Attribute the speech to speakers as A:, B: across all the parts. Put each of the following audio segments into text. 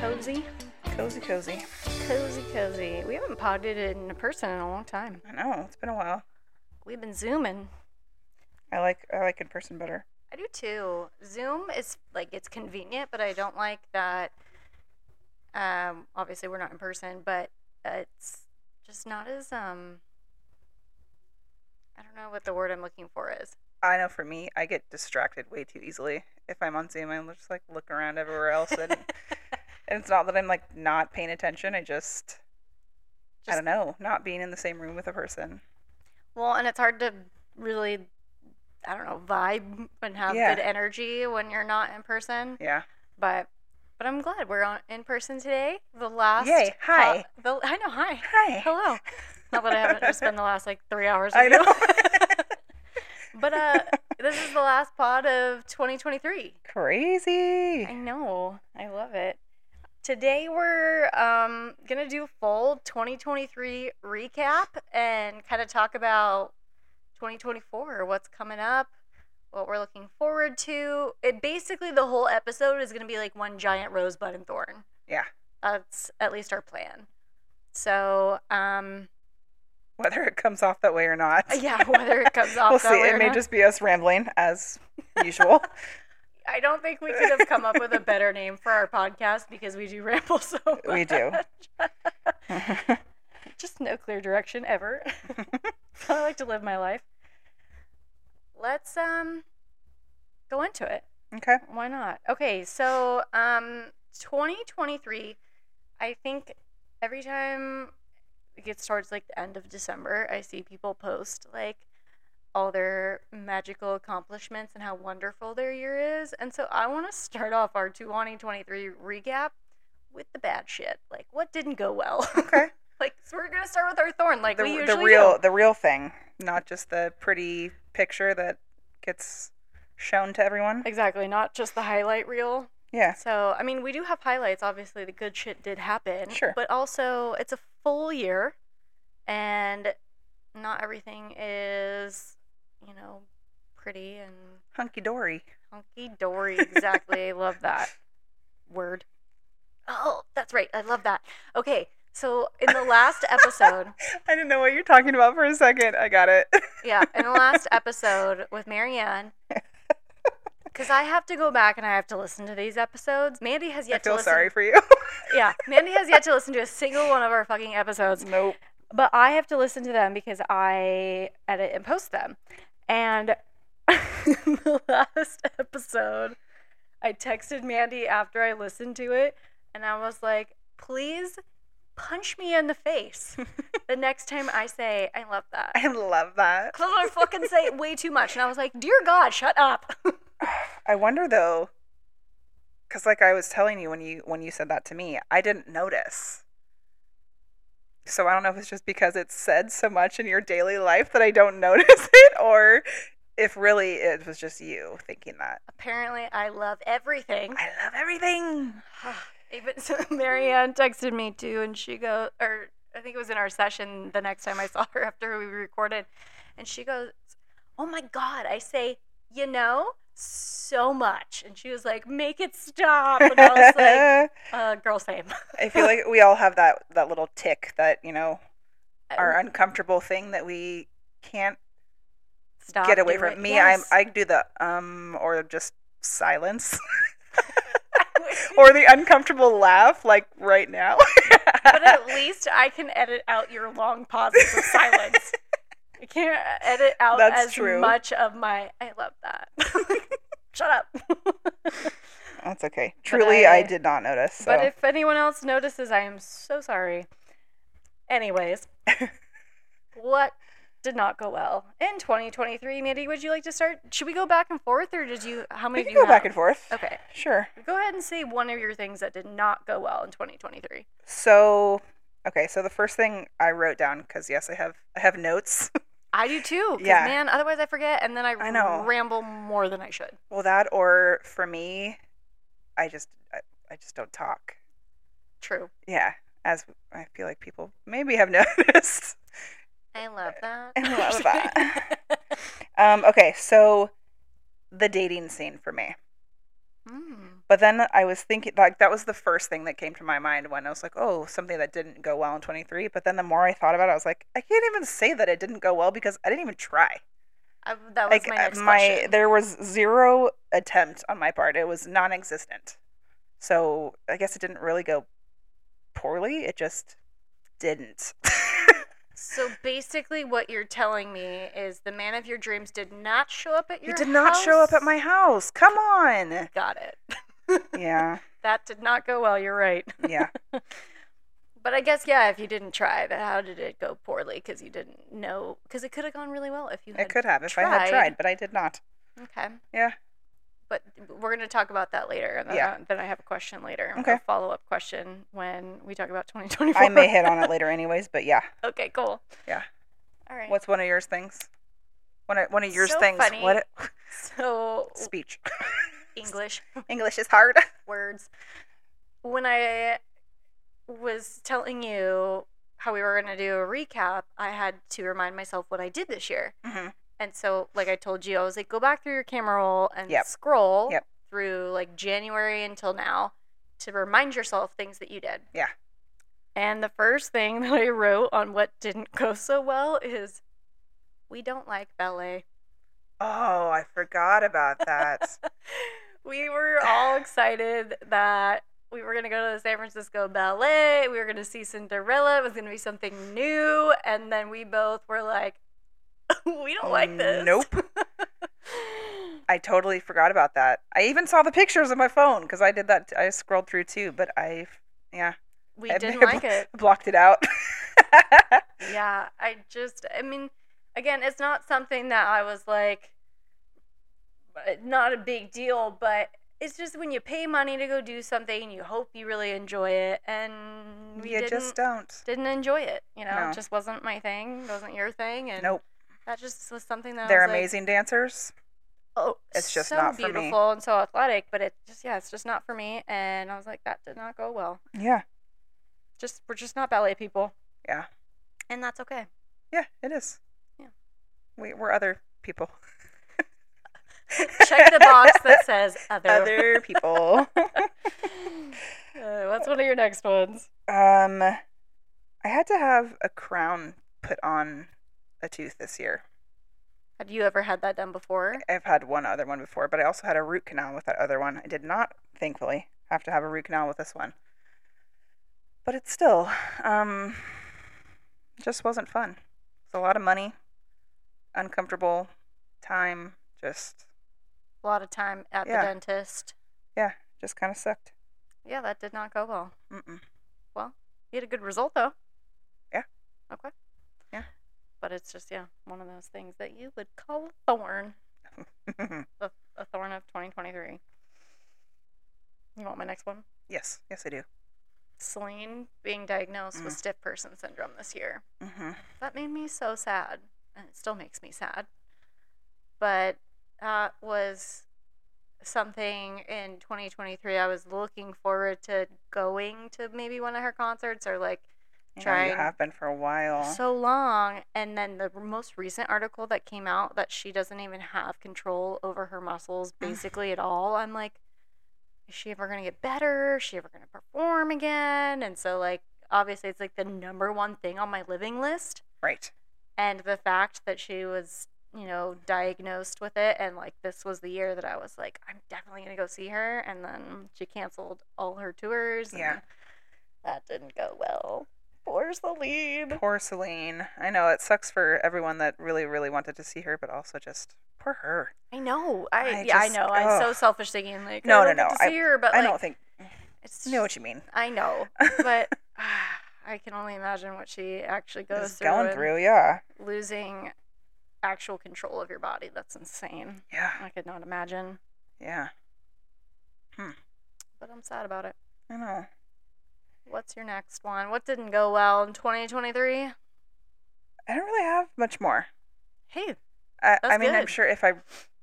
A: Cozy,
B: Cozy, cozy.
A: cozy, cozy. We haven't potted in person in a long time.
B: I know it's been a while.
A: We've been zooming.
B: I like I like in person better.
A: I do too. Zoom is like it's convenient, but I don't like that. Um, obviously we're not in person, but it's just not as um. I don't know what the word I'm looking for is.
B: I know for me, I get distracted way too easily. If I'm on Zoom, I'm just like looking around everywhere else, and, and it's not that I'm like not paying attention. I just, I
A: Just-
B: don't know, not being in the same room with a person.
A: Well, and it's hard to really, I don't know, vibe and have
B: Yeah.
A: good energy when you're not in person.
B: Yeah,
A: But but I'm glad we're on in person today. The last
B: Yay,
A: po-
B: hi.
A: the, I know hi
B: hi.
A: hello. Not that I haven't spent the last like three hours. With
B: I know.
A: You. But uh, this is the last pod of 2023.
B: Crazy.
A: I know. I love it. Today we're um, gonna do full 2023 recap and kind of talk about 2024, what's coming up, what we're looking forward to. It basically the whole episode is gonna be like one giant rosebud and thorn.
B: Yeah.
A: That's at least our plan. So um,
B: Whether it comes off that way or not.
A: yeah, whether it comes off
B: we'll
A: that
B: see.
A: way or
B: It may
A: not.
B: just be us rambling as usual.
A: I don't think we could have come up with a better name for our podcast because we do ramble so much.
B: We do.
A: Just no clear direction ever. That's how I like to live my life. Let's um go into it.
B: okay.
A: Why not? Okay, so um 2023, I think every time it gets towards like the end of December, I see people post like all their magical accomplishments and how wonderful their year is. And so I want to start off our 2023 recap with the bad shit. Like what didn't go well.
B: Okay.
A: like so we're going to start with our thorn like
B: the,
A: we usually
B: the real
A: do.
B: the real thing, not just the pretty picture that gets shown to everyone.
A: Exactly, not just the highlight reel.
B: Yeah.
A: So, I mean, we do have highlights. Obviously, the good shit did happen.
B: Sure.
A: But also, it's a full year, and not everything is, you know, pretty and
B: Hunky dory.
A: hunky dory. Exactly. I love that word. Oh, that's right. I love that. Okay. So, in the last episode,
B: I didn't know what you're talking about for a second. I got it.
A: yeah, in the last episode with Marianne, because I have to go back and I have to listen to these episodes. Mandy has yet
B: I feel
A: to listen.
B: sorry for you.
A: Yeah, Mandy has yet to listen to a single one of our fucking episodes,
B: nope.
A: but I have to listen to them because I edit and post them. And the last episode, I texted Mandy after I listened to it, and I was like, please punch me in the face the next time I say, I love that.
B: I love that.
A: Because I fucking say it way too much. And I was like, dear God, shut up.
B: I wonder though, because like I was telling you when you when you said that to me, I didn't notice. So I don't know if it's just because it's said so much in your daily life that I don't notice it, or if really it was just you thinking that.
A: Apparently, I love everything.
B: I love everything.
A: Even so, Marianne texted me too, and she goes, or I think it was in our session the next time I saw her after we recorded, and she goes, "Oh my God!" I say, "You know, so much," and she was like, "Make it stop," and I was like, uh, "Girl, same."
B: I feel like we all have that that little tick that you know our uncomfortable thing that we can't
A: Stop
B: get away
A: doing-
B: from. Me,
A: Yes.
B: I'm I do the um or just silence or the uncomfortable laugh like right now.
A: but at least I can edit out your long pauses of silence. I can't edit out
B: That's
A: as
B: true.
A: much of my. I love that. Shut up.
B: That's okay. Truly, I,
A: I-
B: did not notice. So.
A: But if anyone else notices, I am so sorry. Anyways, what did not go well in 2023? Mandy, would you like to start? Should we go back and forth, or did you? How many
B: we can
A: do you
B: go back
A: have?
B: and forth.
A: Okay,
B: Sure.
A: go ahead and say one of your things that did not go well in 2023.
B: So, okay. So the first thing I wrote down because yes, I have I have notes.
A: I do too. 'cause
B: Yeah.
A: man. Otherwise, I forget, and then I,
B: I know.
A: ramble more than I should.
B: well, that or for me, I just I, I just don't talk.
A: True.
B: Yeah, as I feel like people maybe have noticed.
A: I love that.
B: I love that. Um, okay, so the dating scene for me.
A: Mm.
B: But then I was thinking, like, that was the first thing that came to my mind when I was like, oh, something that didn't go well in 23. But then the more I thought about it, I was like, I can't even say that it didn't go well because I didn't even try.
A: I, that was
B: Like,
A: my
B: uh,
A: next question.
B: there was zero attempt on my part, it was non existent. So I guess it didn't really go poorly. It just didn't.
A: So basically, what you're telling me is the man of your dreams did not show up at your.
B: you did not show up at
A: house?
B: my house. Come on.
A: Got it.
B: Yeah.
A: That did not go well. You're right.
B: Yeah.
A: But I guess yeah, if you didn't try, but how did it go poorly? Because you didn't know. Because it could have gone really well if you. Had,
B: It could have if I had
A: tried.
B: tried, but I did not.
A: Okay.
B: Yeah.
A: But we're gonna talk about that later. And then,
B: Yeah.
A: then I have a question later.
B: Okay.
A: A follow up question when we talk about 2024.
B: I may hit on it later, anyways, but yeah.
A: okay. Cool.
B: Yeah.
A: All right.
B: What's one of yours things? One of one of yours
A: So
B: things.
A: funny.
B: What
A: so
B: speech?
A: English
B: English is hard.
A: words. When I was telling you how we were going to do a recap, I had to remind myself what I did this year.
B: Mhm.
A: And so, like I told you, I was like, go back through your camera roll and
B: Yep.
A: scroll
B: Yep.
A: through like January until now to remind yourself things that you did.
B: Yeah.
A: And the first thing that I wrote on what didn't go so well is we don't like ballet.
B: Oh, I forgot about that.
A: we were all excited that we were going to go to the San Francisco Ballet. We were going to see Cinderella. It was going to be something new. And then we both were like, we don't like this.
B: Nope. I totally forgot about that. I even saw the pictures on my phone because I did that. I scrolled through too, but I yeah,
A: we
B: I
A: didn't
B: bl-
A: like it.
B: Blocked it out.
A: Yeah. I just, I mean, again, it's not something that I was like, uh, not a big deal, but it's just when you pay money to go do something, you hope you really enjoy it. And we
B: you
A: didn't.
B: just don't.
A: didn't enjoy it. You know,
B: No.
A: it just wasn't my thing, wasn't your thing, and
B: Nope.
A: that just was something that
B: They're
A: I was like,
B: amazing dancers.
A: oh,
B: It's just
A: so
B: not for me.
A: beautiful and so athletic, but it just yeah, it's just not for me. And I was like, that did not go well.
B: Yeah.
A: Just we're just not ballet people.
B: Yeah.
A: and that's okay.
B: Yeah, it is.
A: Yeah.
B: We, we're other people.
A: Check the box that says other.
B: Other people.
A: Uh, what's one of your next ones?
B: Um, I had to have a crown put on a tooth this year.
A: Had you ever had that done before?
B: I've had one other one before, but I also had a root canal with that other one. I did not, thankfully, have to have a root canal with this one. But it's still, um, just wasn't fun. It's a lot of money, uncomfortable time, just,
A: A lot of time at
B: Yeah.
A: the dentist.
B: yeah, just kind of sucked.
A: Yeah, that did not go well.
B: Mm-mm.
A: You had a good result though.
B: Yeah.
A: Okay.
B: Yeah.
A: But it's just yeah, one of those things that you would call a thorn, a, a thorn of 2023. You want my next one?
B: yes, yes, I do.
A: Celine being diagnosed with
B: Mm.
A: stiff person syndrome this year.
B: Mm-hmm.
A: That made me so sad, and it still makes me sad. But that was something in 2023 I was looking forward to going to maybe one of her concerts or like
B: You, know, you
A: Trying
B: have been for a while.
A: so long and then the most recent article that came out that she doesn't even have control over her muscles basically at all i'm like is she ever going to get better is she ever going to perform again and so like obviously it's like the number one thing on my living list
B: right.
A: and the fact that she was you know diagnosed with it and like this was the year that i was like i'm definitely going to go see her and then she canceled all her tours and
B: Yeah.
A: that didn't go well poor celine
B: Poor Celine. I know it sucks for everyone that really, really wanted to see her, but also just poor her.
A: I know. I,
B: I
A: yeah,
B: just-
A: I know. I'm so
B: ugh.
A: selfish thinking like
B: No,
A: I
B: no,
A: don't get
B: no,
A: to see her, but
B: I
A: like,
B: don't think
A: it's
B: I know what you mean.
A: I know, but ah, I can only imagine what she actually goes
B: Just
A: through.
B: going
A: and
B: through, yeah,
A: losing actual control of your body. That's insane.
B: yeah,
A: I could not imagine,
B: yeah.
A: but I'm sad about it.
B: I know.
A: What's your next one? What didn't go well in 2023?
B: I don't really have much more.
A: Hey,
B: I, I
A: That's
B: mean, I'm
A: good.
B: sure if I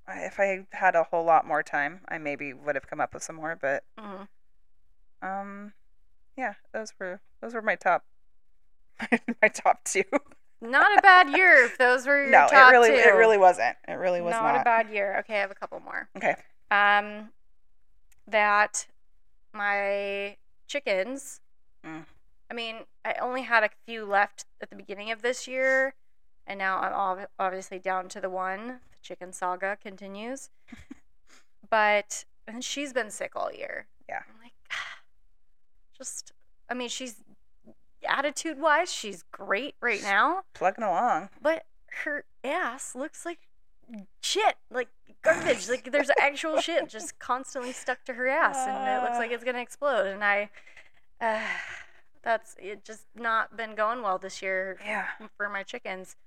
B: if I had a whole lot more time, I maybe would have come up with some more. But
A: mm,
B: um, yeah, those were those were my top my top two.
A: not a bad year. If those were your
B: no,
A: top
B: it really
A: two.
B: it really wasn't. It really was not.
A: a bad year. Okay, I have a couple more.
B: Okay.
A: Um, that my chickens,
B: Mm.
A: I mean, I only had a few left at the beginning of this year, and now I'm ob- obviously down to the one. The chicken saga continues. but, and she's been sick all year.
B: Yeah.
A: I'm like, just, I mean, she's attitude wise, she's great right now
B: plugging along.
A: but her ass looks like shit, like garbage. like there's actual shit just constantly stuck to her ass, and it looks like it's gonna explode. And I, uh, that's it, just not been going well this year
B: Yeah.
A: for my chickens.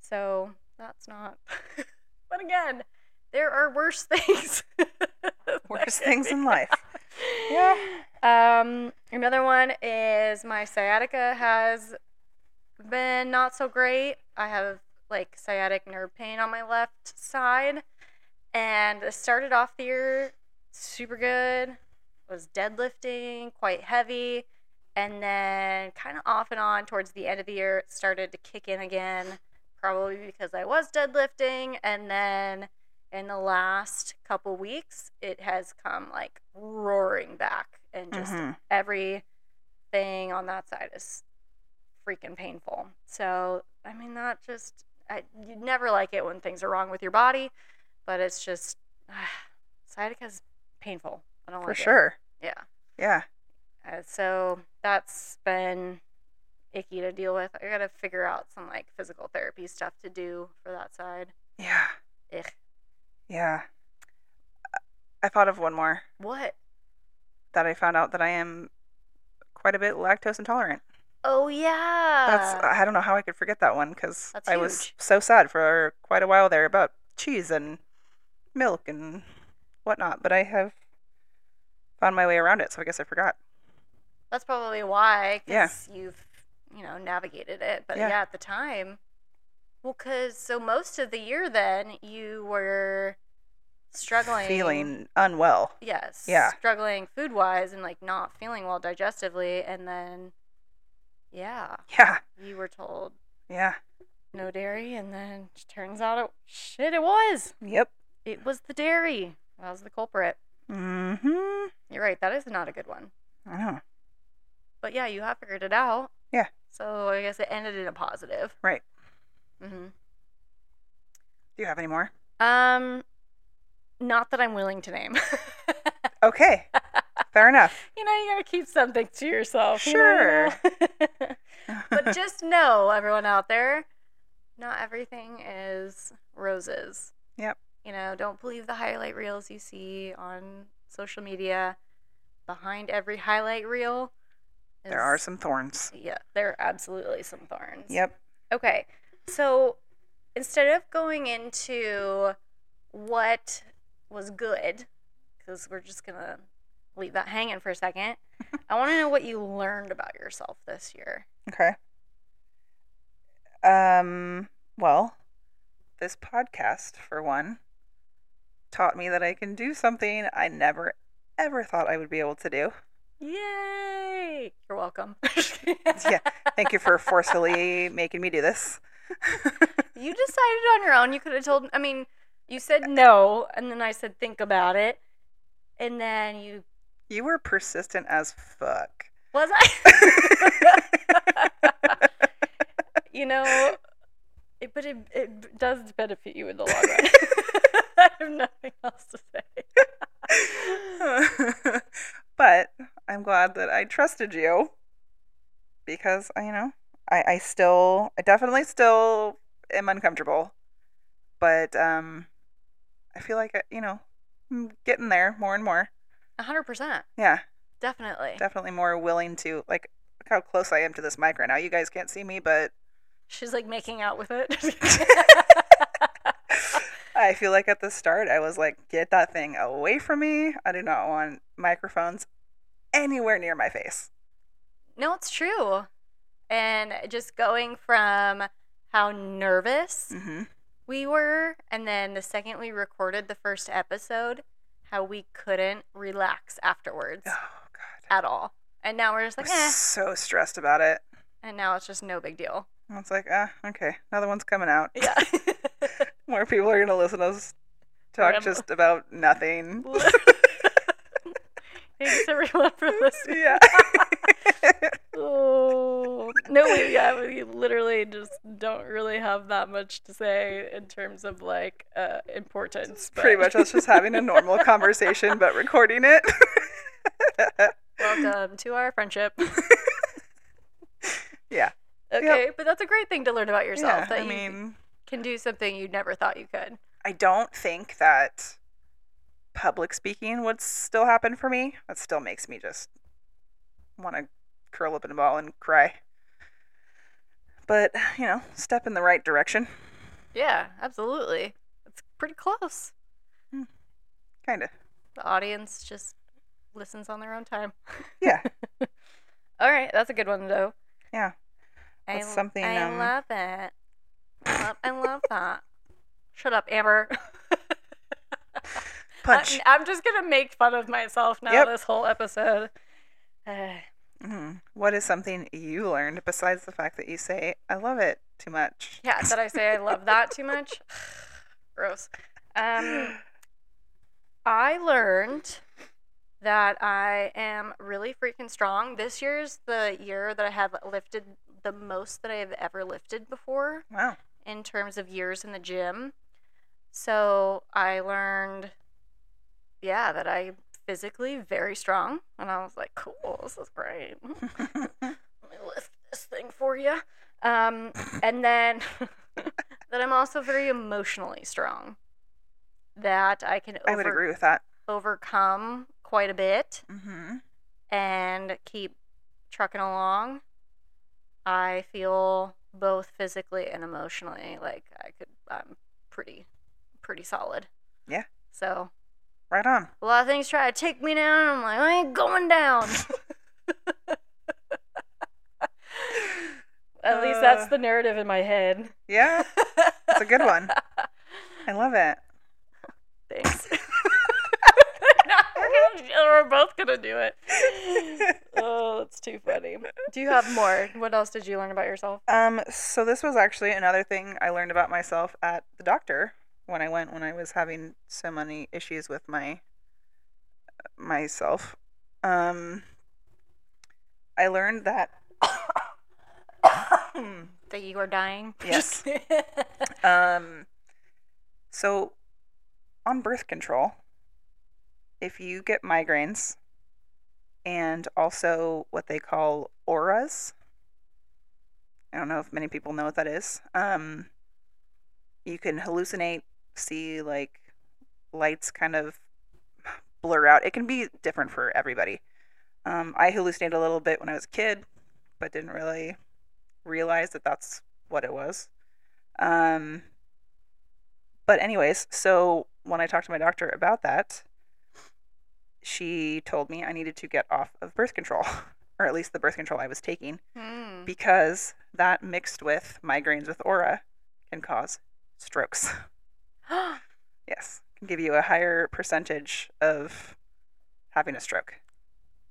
A: So that's not. but again, there are worse things.
B: Worst things in life.
A: Yeah. Um, another one is my sciatica has been not so great. I have like sciatic nerve pain on my left side, and it started off the year super good. Was deadlifting quite heavy, and then kind of off and on towards the end of the year, it started to kick in again. Probably because I was deadlifting, and then in the last couple weeks, it has come like roaring back, and just
B: Mhm.
A: everything on that side is freaking painful. So, I mean, that just, I, you never like it when things are wrong with your body, but it's just, sciatica's painful. I don't
B: For
A: like it.
B: sure.
A: Yeah.
B: Yeah.
A: Uh, so that's been icky to deal with. I gotta figure out some like physical therapy stuff to do for that side.
B: Yeah.
A: Ugh.
B: Yeah. I thought of one more
A: What?
B: that I found out that I am quite a bit lactose intolerant.
A: Oh yeah.
B: That's I don't know how I could forget that one because
A: Uh. That's
B: I was
A: huge.
B: so sad for quite a while there about cheese and milk and whatnot. But I have found my way around it, so I guess I forgot.
A: that's probably why.
B: Yeah.
A: 'cause You've you know navigated it, but
B: Yeah.
A: yeah, at the time. Well, cause so most of the year then you were struggling,
B: feeling unwell.
A: Yes.
B: Yeah.
A: Struggling food wise and like not feeling well digestively, and then, yeah,
B: Yeah,
A: you were told
B: yeah,
A: no dairy, and then it turns out it shit. It was.
B: yep.
A: It was the dairy. That was the culprit.
B: Mm-hmm.
A: You're right. That is not a good one.
B: I know.
A: But yeah, you have figured it out.
B: Yeah.
A: So I guess it ended in a positive.
B: Right.
A: hmm
B: Do you have any more?
A: Um, not that I'm willing to name.
B: Okay, fair enough.
A: you know, you gotta keep something to yourself. you know, you know? but just know, everyone out there, not everything is roses.
B: Yep.
A: You know, don't believe the highlight reels you see on social media. Behind every highlight reel, is,
B: there are some thorns.
A: Yeah, there are absolutely some thorns.
B: Yep.
A: Okay. So instead of going into what was good, because we're just going to leave that hanging for a second, I want to know what you learned about yourself this year.
B: Okay. Um. Well, this podcast, for one, taught me that I can do something I never, ever thought I would be able to do.
A: Yay! You're welcome.
B: Yeah. Thank you for forcefully making me do this.
A: You decided on your own. You could have told, I mean, you
B: Uh,
A: said no, and then I said think about it. And then you,
B: You were persistent as fuck.
A: was I? you know, it, but it, it does benefit you in the long run. I have nothing else to say.
B: but I'm glad that I trusted you because you know I, I still I definitely still am uncomfortable, but um I feel like I, you know I'm getting there more and more.
A: A hundred percent,
B: Yeah,
A: definitely.
B: definitely more willing to like look how close I am to this mic right now. You guys can't see me, but
A: She's like making out with it.
B: I feel like at the start I was like, get that thing away from me. I do not want microphones anywhere near my face.
A: no, it's true. And just going from how nervous
B: Mm-hmm.
A: we were, and then the second we recorded the first episode, how we couldn't relax afterwards
B: Oh god.
A: at all. And now we're just
B: I
A: like,
B: was
A: eh.
B: so stressed about it.
A: And now it's just no big deal.
B: I was like, ah, okay, another one's coming out.
A: Yeah.
B: More people are gonna listen to us talk
A: Ramble.
B: just about nothing.
A: Thanks everyone for listening.
B: yeah.
A: Oh no, we, yeah, we literally just don't really have that much to say in terms of like uh, importance. but-
B: Pretty much us just having a normal conversation but recording it.
A: Welcome to our friendship.
B: Yeah.
A: Okay, but that's a great thing to learn about yourself.
B: yeah,
A: that
B: I
A: you
B: mean,
A: can do something you never thought you could.
B: I don't think that public speaking would still happen for me. That still makes me just want to curl up in a ball and cry. But, you know, step in the right direction,
A: Yeah, absolutely. It's pretty close.
B: kind of.
A: The audience just listens on their own time.
B: Yeah.
A: All right, that's a good one though.
B: Yeah.
A: I,
B: That's something,
A: I
B: um,
A: love it. I love, I love that. Shut up, Amber. Uh,
B: Punch.
A: I, am just gonna make fun of myself now.
B: Yep.
A: This whole episode. Uh,
B: Mhm. What is something you learned besides the fact that you say, I love it too much?
A: yeah, did I say I love that too much? Gross. Um, I learned that I am really freaking strong. This year's the year that I have lifted the most that I have ever lifted before.
B: wow.
A: in terms of years in the gym. So I learned, yeah, that I'm physically very strong. And I was like, cool, this is great. Let me lift this thing for you. Um, and then that I'm also very emotionally strong, that I can
B: I would
A: over-
B: agree with that.
A: overcome quite a bit
B: hmm
A: and keep trucking along, I feel both physically and emotionally like I could I'm pretty pretty solid.
B: Yeah.
A: So
B: Right on.
A: a lot of things try to take me down. I'm like, I ain't going down. At least that's
B: Uh.
A: the narrative in my head.
B: Yeah. That's a good one. I love it.
A: Thanks. No, we're, gonna- we're both gonna do it. Oh, that's too funny. Do you have more? What else did you learn about yourself?
B: Um, so this was actually another thing I learned about myself at the doctor when I went when I was having so many issues with my myself. Um, I learned that hmm,
A: That you are dying?
B: Yes. um, so on birth control, if you get migraines and also what they call auras, I don't know if many people know what that is. Um, you can hallucinate, see like lights kind of blur out. It can be different for everybody. Um, I hallucinated a little bit when I was a kid, but didn't really realize that that's what it was. Um, but anyways, so when I talked to my doctor about that, she told me I needed to get off of birth control, or at least the birth control I was taking,
A: Hmm.
B: because that mixed with migraines with aura can cause strokes. Yes, can give you a higher percentage of having a stroke.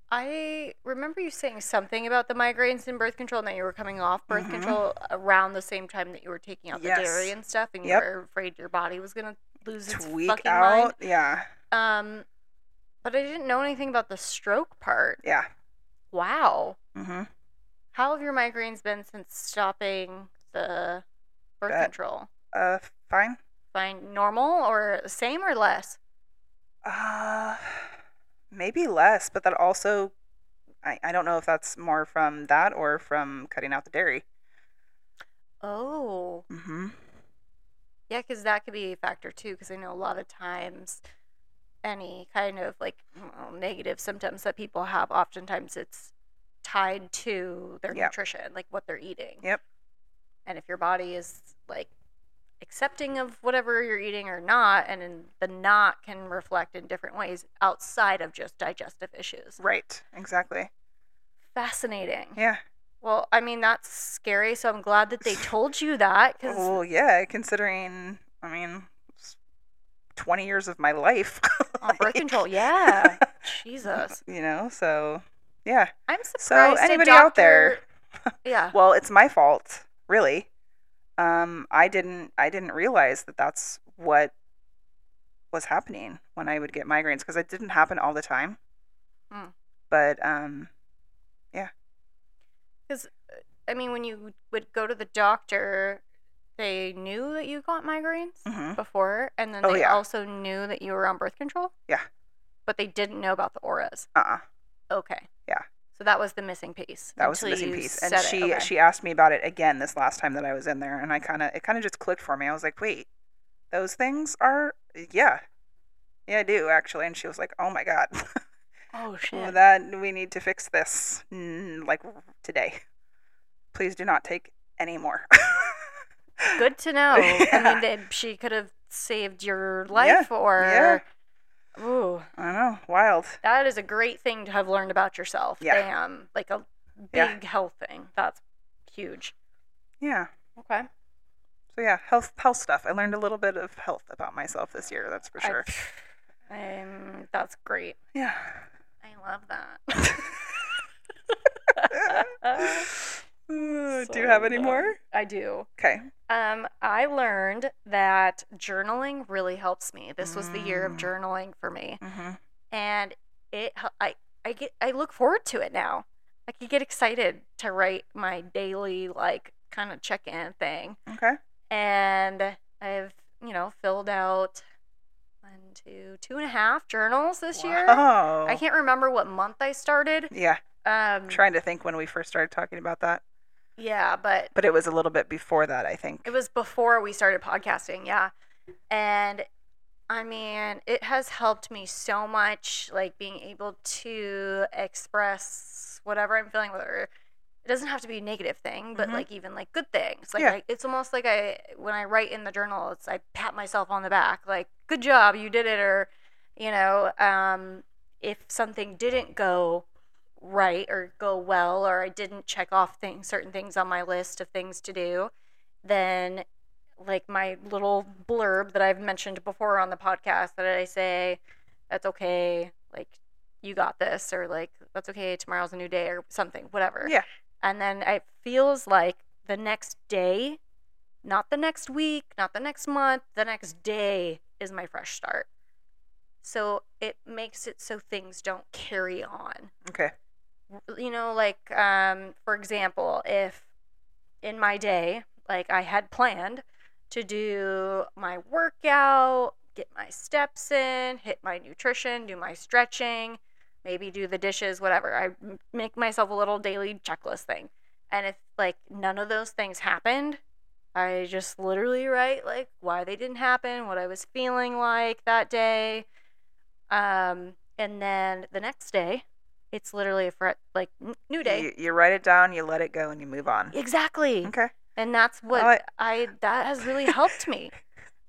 A: I remember you saying something about the migraines and birth control, and that you were coming off birth
B: Mhm.
A: control around the same time that you were taking out the
B: Yes.
A: dairy and stuff, and
B: Yep.
A: you were afraid your body was gonna lose its
B: Tweak
A: fucking
B: out, yeah,
A: mind. Um, but I didn't know anything about the stroke part.
B: yeah.
A: Wow.
B: Mm-hmm.
A: How have your migraines been since stopping the birth
B: That-
A: control?
B: Uh, fine.
A: Find normal or same or less?
B: Uh, maybe less, but that also, I, I don't know if that's more from that or from cutting out the dairy.
A: Oh,
B: Mm-hmm.
A: yeah, because that could be a factor too. Because I know a lot of times, any kind of like well, negative symptoms that people have, oftentimes it's tied to their
B: Yep.
A: nutrition, like what they're eating.
B: Yep.
A: And if your body is like accepting of whatever you're eating or not, and then the not can reflect in different ways outside of just digestive issues.
B: Right. Exactly.
A: Fascinating.
B: Yeah.
A: Well, I mean that's scary. So I'm glad that they told you that because
B: Well, yeah. Considering, I mean, it's twenty years of my life.
A: on birth control, yeah. Jesus,
B: you know. So, yeah.
A: I'm surprised. a
B: anybody out there-
A: doctor- yeah.
B: Well, it's my fault, really. Um, I didn't. I didn't realize that that's what was happening when I would get migraines because it didn't happen all the time.
A: Mm.
B: But um,
A: I mean, when you would go to the doctor, they knew that you got migraines
B: mhm.
A: before, and then
B: Oh,
A: they
B: yeah.
A: also knew that you were on birth control.
B: Yeah.
A: But they didn't know about the auras.
B: uh-uh.
A: Okay.
B: Yeah.
A: So that was the missing piece.
B: that was the
A: until
B: missing
A: you
B: piece. And
A: said it.
B: she
A: Okay.
B: she asked me about it again this last time that I was in there, and I kind of it kind of just clicked for me. I was like, wait, those things are yeah, yeah, I do actually. And she was like, oh my god,
A: Oh shit.
B: that we need to fix this mm, like today. Please do not take any more.
A: Good to know. I
B: Yeah.
A: mean, they, she could have saved your
B: Yeah,
A: life, or ooh,
B: I know, wild.
A: that is a great thing to have learned about yourself.
B: Yeah.
A: Damn, like a big
B: Yeah.
A: health thing. That's huge.
B: Yeah.
A: Okay.
B: So yeah, health health stuff. I learned a little bit of health about myself this year. That's for
A: I-
B: sure.
A: um, that's great.
B: yeah.
A: I love that.
B: Uh, do you have
A: So
B: any
A: dumb.
B: more?
A: I do.
B: Okay.
A: Um, I learned that journaling really helps me. This was the year of
B: Mm.
A: journaling for me,
B: Mm-hmm.
A: and it hel- I I get I look forward to it now. Like I get excited to write my daily like kind of check in thing,
B: Okay.
A: and I've you know filled out one, two, two and a half journals this year.
B: Oh.
A: I can't remember what month I started.
B: Yeah,
A: Um,
B: I'm trying to think when we first started talking about that,
A: yeah, but
B: but it was a little bit before that, I think.
A: It was before we started podcasting, yeah. And I mean, it has helped me so much, like being able to express whatever I'm feeling, whether it doesn't have to be a negative thing, but
B: Mhm.
A: like even like good things. Like
B: Yeah.
A: I, it's almost like I when I write in the journal, it's I pat myself on the back, like good job, you did it, or you know, um, if something didn't go right or go well or I didn't check off things certain things on my list of things to do, then like my little blurb that I've mentioned before on the podcast that I say that's okay, like you got this or like that's okay, tomorrow's a new day or something, whatever.
B: Yeah.
A: And then it feels like the next day, not the next week, not the next month, the next day is my fresh start. So it makes it so things don't carry on
B: Okay.
A: you know, like um, for example, if in my day, like I had planned to do my workout, get my steps in, hit my nutrition, do my stretching, maybe do the dishes, whatever. I m- make myself a little daily checklist thing. And if like none of those things happened, I just literally write like why they didn't happen, what I was feeling like that day. Um, and then the next day, it's literally a fre- like n- new day.
B: You, you write it down, you let it go, and you move on.
A: Exactly.
B: Okay.
A: And that's what
B: I-
A: I that has really helped me.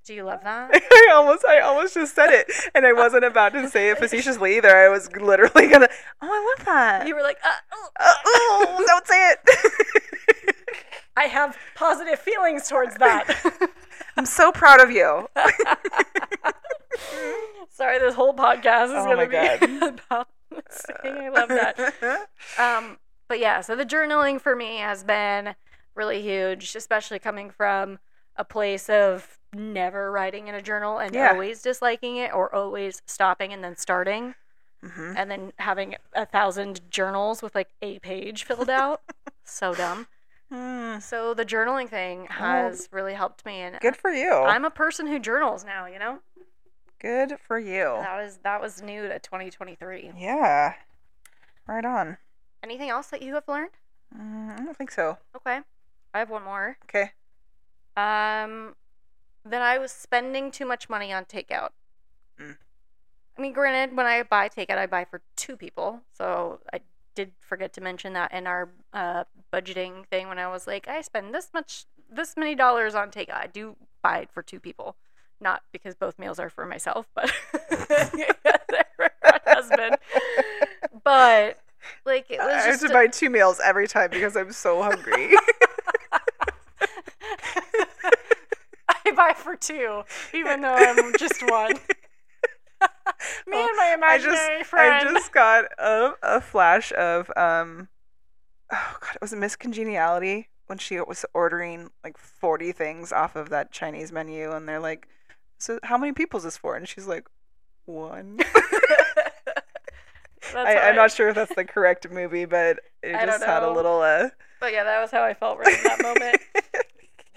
A: Do you love that?
B: I almost, I almost just said it, and I wasn't about to say it facetiously either. I was literally gonna. Oh, I love that.
A: You were like, uh, oh,
B: Uh, oh, don't say it.
A: I have positive feelings towards that.
B: I'm so proud of you.
A: Sorry, this whole podcast is
B: Oh my
A: going to be about saying I love that. Um, but yeah, so the journaling for me has been really huge, especially coming from a place of never writing in a journal and
B: Yeah.
A: always disliking it or always stopping and then starting.
B: hmm
A: and then having a thousand journals with like a page filled out. so dumb. Oh. So the journaling thing has really helped me, and
B: Mm-hmm. Good for you.
A: I'm a person who journals now. You know,
B: Good for you.
A: that was that was new to 2023.
B: Yeah. Right on.
A: Anything else that you have learned?
B: Mm, I don't think so.
A: Okay, I have one more.
B: Okay.
A: Um, that I was spending too much money on takeout.
B: Mm.
A: I mean, granted, when I buy takeout, I buy for two people. So I did forget to mention that in our uh, budgeting thing when I was like, I spend this much, this many dollars on takeout. I do buy it for two people, not because both meals are for myself, but they're for my husband. But like, it was
B: I have
A: just
B: to
A: a-
B: buy two meals every time because I'm so hungry.
A: I buy for two, even though I'm just one. Me and my
B: Oh, I just-
A: imaginary
B: I
A: friend.
B: just got a, a flash of um oh god, it was Miss Congeniality when she was ordering like 40 things off of that Chinese menu and they're like, "So how many people is this for?" And she's like, "One."
A: That's
B: I,
A: how
B: I'm
A: I-
B: not sure if that's the correct movie, but it
A: I don't
B: just had a
A: know.
B: little. Uh...
A: But yeah, that was how I felt right in that moment.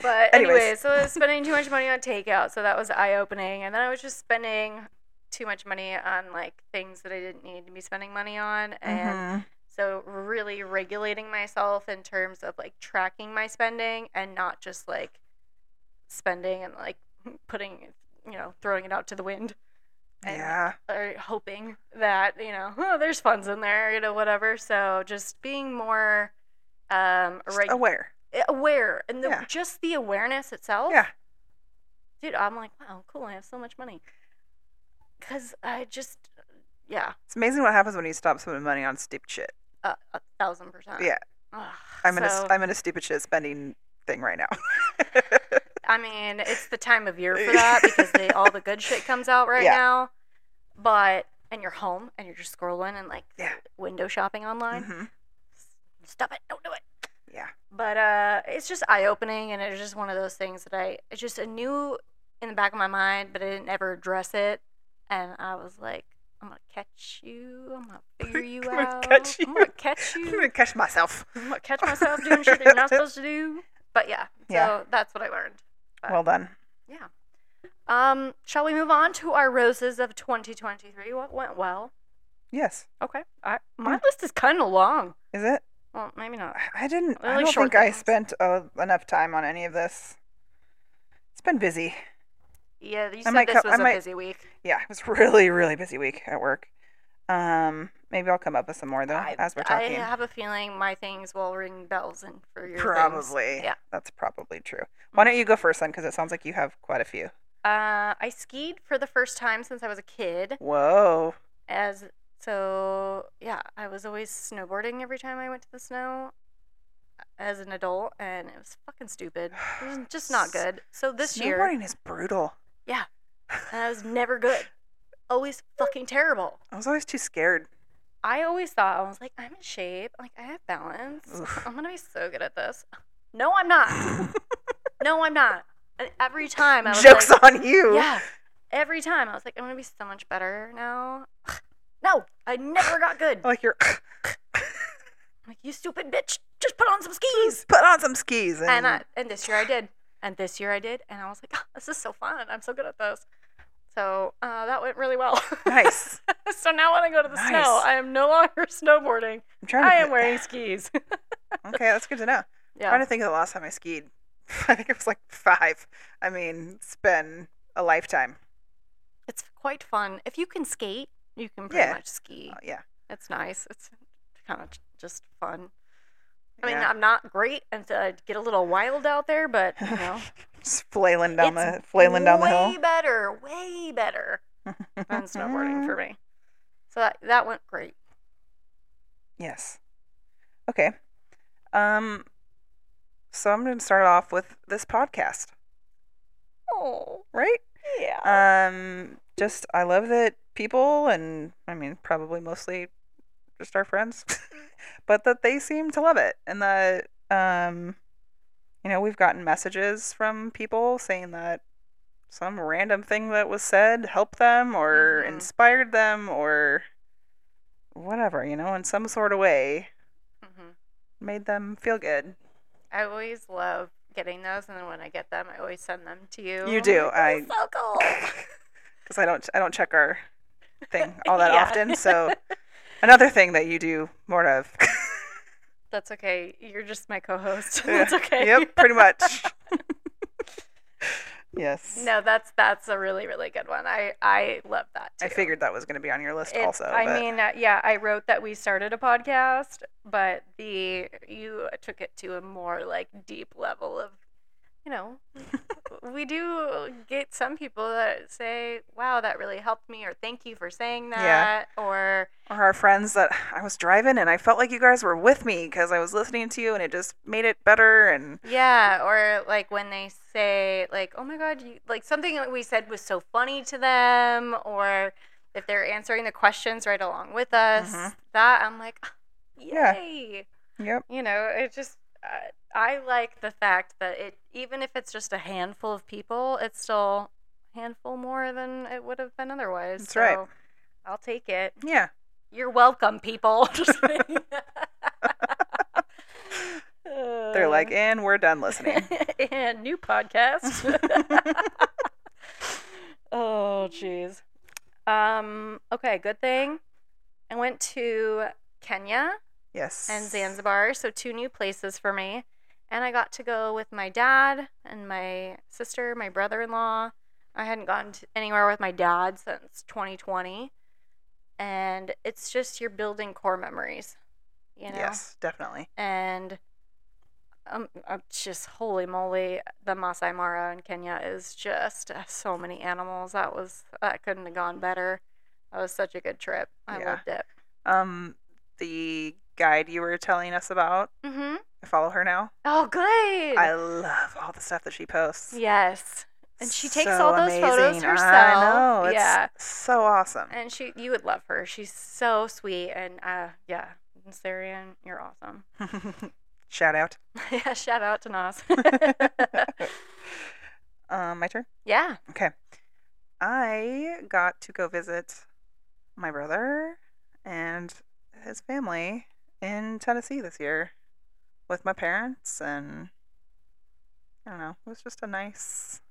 A: But
B: Anyways.
A: anyway, so I was spending too much money on takeout, so that was eye opening. And then I was just spending too much money on like things that I didn't need to be spending money on, and
B: Mhm.
A: so really regulating myself in terms of like tracking my spending and not just like spending and like putting you know throwing it out to the wind and-
B: Yeah.
A: or hoping that you know oh, there's funds in there you know whatever so just being more um
B: Just
A: reg-
B: aware.
A: aware and the,
B: Yeah.
A: just the awareness itself
B: Yeah.
A: dude i'm like wow cool i have so much money because i just yeah
B: It's amazing what happens when you stop spending money on stupid shit.
A: a, a thousand percent
B: Yeah.
A: Ugh,
B: I'm in
A: so-
B: a I'm in a stupid shit spending thing right now.
A: I mean, it's the time of year for that because they, all the good shit comes out right
B: Yeah.
A: now. But and you're home and you're just scrolling and like
B: Yeah.
A: window shopping online.
B: hmm
A: Stop it! Don't do it.
B: Yeah.
A: But uh, it's just eye opening and it's just one of those things that I it's just I knew in the back of my mind, but I didn't ever address it. And I was like, I'm gonna catch you. I'm gonna figure you
B: I'm gonna
A: out.
B: catch
A: I'm
B: you.
A: gonna catch
B: I'm
A: you.
B: gonna catch myself.
A: I'm gonna catch myself doing shit that you're not supposed to do. But yeah, so
B: Yeah.
A: that's what I learned. But-
B: Well done.
A: Yeah. Um, shall we move on to our roses of 2023? What went well?
B: Yes.
A: Okay. I, my
B: Hmm.
A: list is kind of long.
B: Is it?
A: Well, maybe not.
B: I- I didn't.
A: They're
B: I
A: like
B: don't
A: short
B: think I
A: things.
B: spent uh, enough time on any of this. It's been busy.
A: Yeah, you
B: I
A: said
B: might
A: this
B: co- I
A: was a
B: might-
A: busy week.
B: Yeah, it was really, really busy week at work. Um, maybe I'll come up with some more though
A: I,
B: as we're
A: I
B: talking.
A: have a feeling my things will ring bells and for your things.
B: probably.
A: Yeah.
B: that's probably true. Why don't you go first then? Because it sounds like you have quite a few.
A: Uh, I skied for the first time since I was a kid.
B: Whoa.
A: As so, yeah, I was always snowboarding every time I went to the snow as an adult, and it was fucking stupid. It was just not good. So this
B: Snowboarding
A: year,
B: is brutal.
A: and I was never good. Always fucking terrible.
B: I was always too scared.
A: I always thought I was like, I'm in shape. Like I have balance.
B: Oof.
A: I'm gonna be so good at this. No, I'm not. no, I'm not. And every time I was
B: Jokes
A: like,
B: on you.
A: yeah. Every time I was like, I'm gonna be so much better now. no, I never got good. I'm
B: Like you're
A: like you stupid bitch. Just put on some skis.
B: put on some skis and,
A: And I, and this year I did. And this year I did. And I was like, "Ah, this is so fun. I'm so good at this. So uh, that went really well.
B: nice.
A: so now when I go to the snow,
B: Nice.
A: I am no longer snowboarding.
B: I'm trying. To
A: I am
B: thi-
A: wearing skis.
B: Okay, that's good to know. I'm trying
A: yeah.
B: to think of the last time I skied. I think it was like five. I mean, it's been a lifetime.
A: It's quite fun. If you can skate, you can pretty
B: Yeah.
A: much ski.
B: Oh, yeah.
A: It's nice. It's kind of just fun. I mean,
B: Yeah.
A: I'm not great and I get a little wild out there, but you know,
B: Just flailing down
A: it's
B: the flailing down the
A: way
B: hill. Mm-hmm.
A: better, way better than snowboarding for me. So that, that went great.
B: Yes. Okay. Um so I'm gonna start off with this podcast,
A: Oh,
B: right?
A: yeah.
B: Um just I love that people and I mean probably mostly just our friends but that they seem to love it and that um you know, we've gotten messages from people saying that some random thing that was said helped them or
A: Mhm.
B: inspired them or whatever, you know, in some sort of way
A: hmm
B: made them feel good.
A: I always love getting those, and then when I get them, I always send them to you.
B: You
A: I'm
B: do,
A: like,
B: I-
A: "This is so cool.
B: because I don't I don't check our thing all that
A: Yeah.
B: often. So another thing that you do more of.
A: That's okay. You're just my co-host.
B: Yeah.
A: that's okay.
B: yep, pretty much. yes.
A: No, that's that's a really really good one. I I love that too.
B: I figured that was going to be on your list
A: It-
B: also.
A: I
B: but
A: mean, uh, yeah, I wrote that we started a podcast, but the you took it to a more like deep level of, you know, we do get some people that say, "Wow, that really helped me," or "Thank you for saying
B: Yeah.
A: that," or
B: or our friends that I was driving and I felt like you guys were with me because I was listening to you and it just made it better and
A: Yeah, or like when they say like, "Oh my god," you, like something that we said was so funny to them, or if they're answering the questions right along with us,
B: Mhm.
A: that I'm like,
B: Yeah.
A: "Yay!"
B: yep.
A: You know, it just uh, I like the fact that it even if it's just a handful of people, it's still a handful more than it would have been otherwise.
B: That's right.
A: so I'll take it.
B: Yeah.
A: You're welcome, people. Just kidding.
B: They're like,
A: Um,
B: and we're done listening.
A: and new podcast. oh, jeez. Um, okay, good thing. I went to Kenya
B: yes.
A: and Zanzibar, so two new places for me. And I got to go with my dad and my sister, my brother in law. I hadn't gone to anywhere with my dad since 2020. And it's just you're building core memories, you know?
B: Yes, definitely.
A: and um, I'm just holy moly, the Masai Mara in Kenya is just uh, so many animals. That was that couldn't have gone better. That was such a good trip. I
B: Yeah.
A: loved it.
B: Um, the guide you were telling us about,
A: hmm
B: I follow her now.
A: Oh, good.
B: I love all the stuff that she posts.
A: yes, and she takes
B: So
A: all those photos
B: amazing.
A: herself.
B: I know. It's
A: yeah,
B: so awesome.
A: and she you would love her. She's so sweet, and uh, yeah, Sarian, you're awesome.
B: Shout out.
A: yeah, shout out to Nas.
B: Um, my turn.
A: yeah.
B: I got to go visit my brother and his family in Tennessee this year with my parents and I don't know, it was just a nice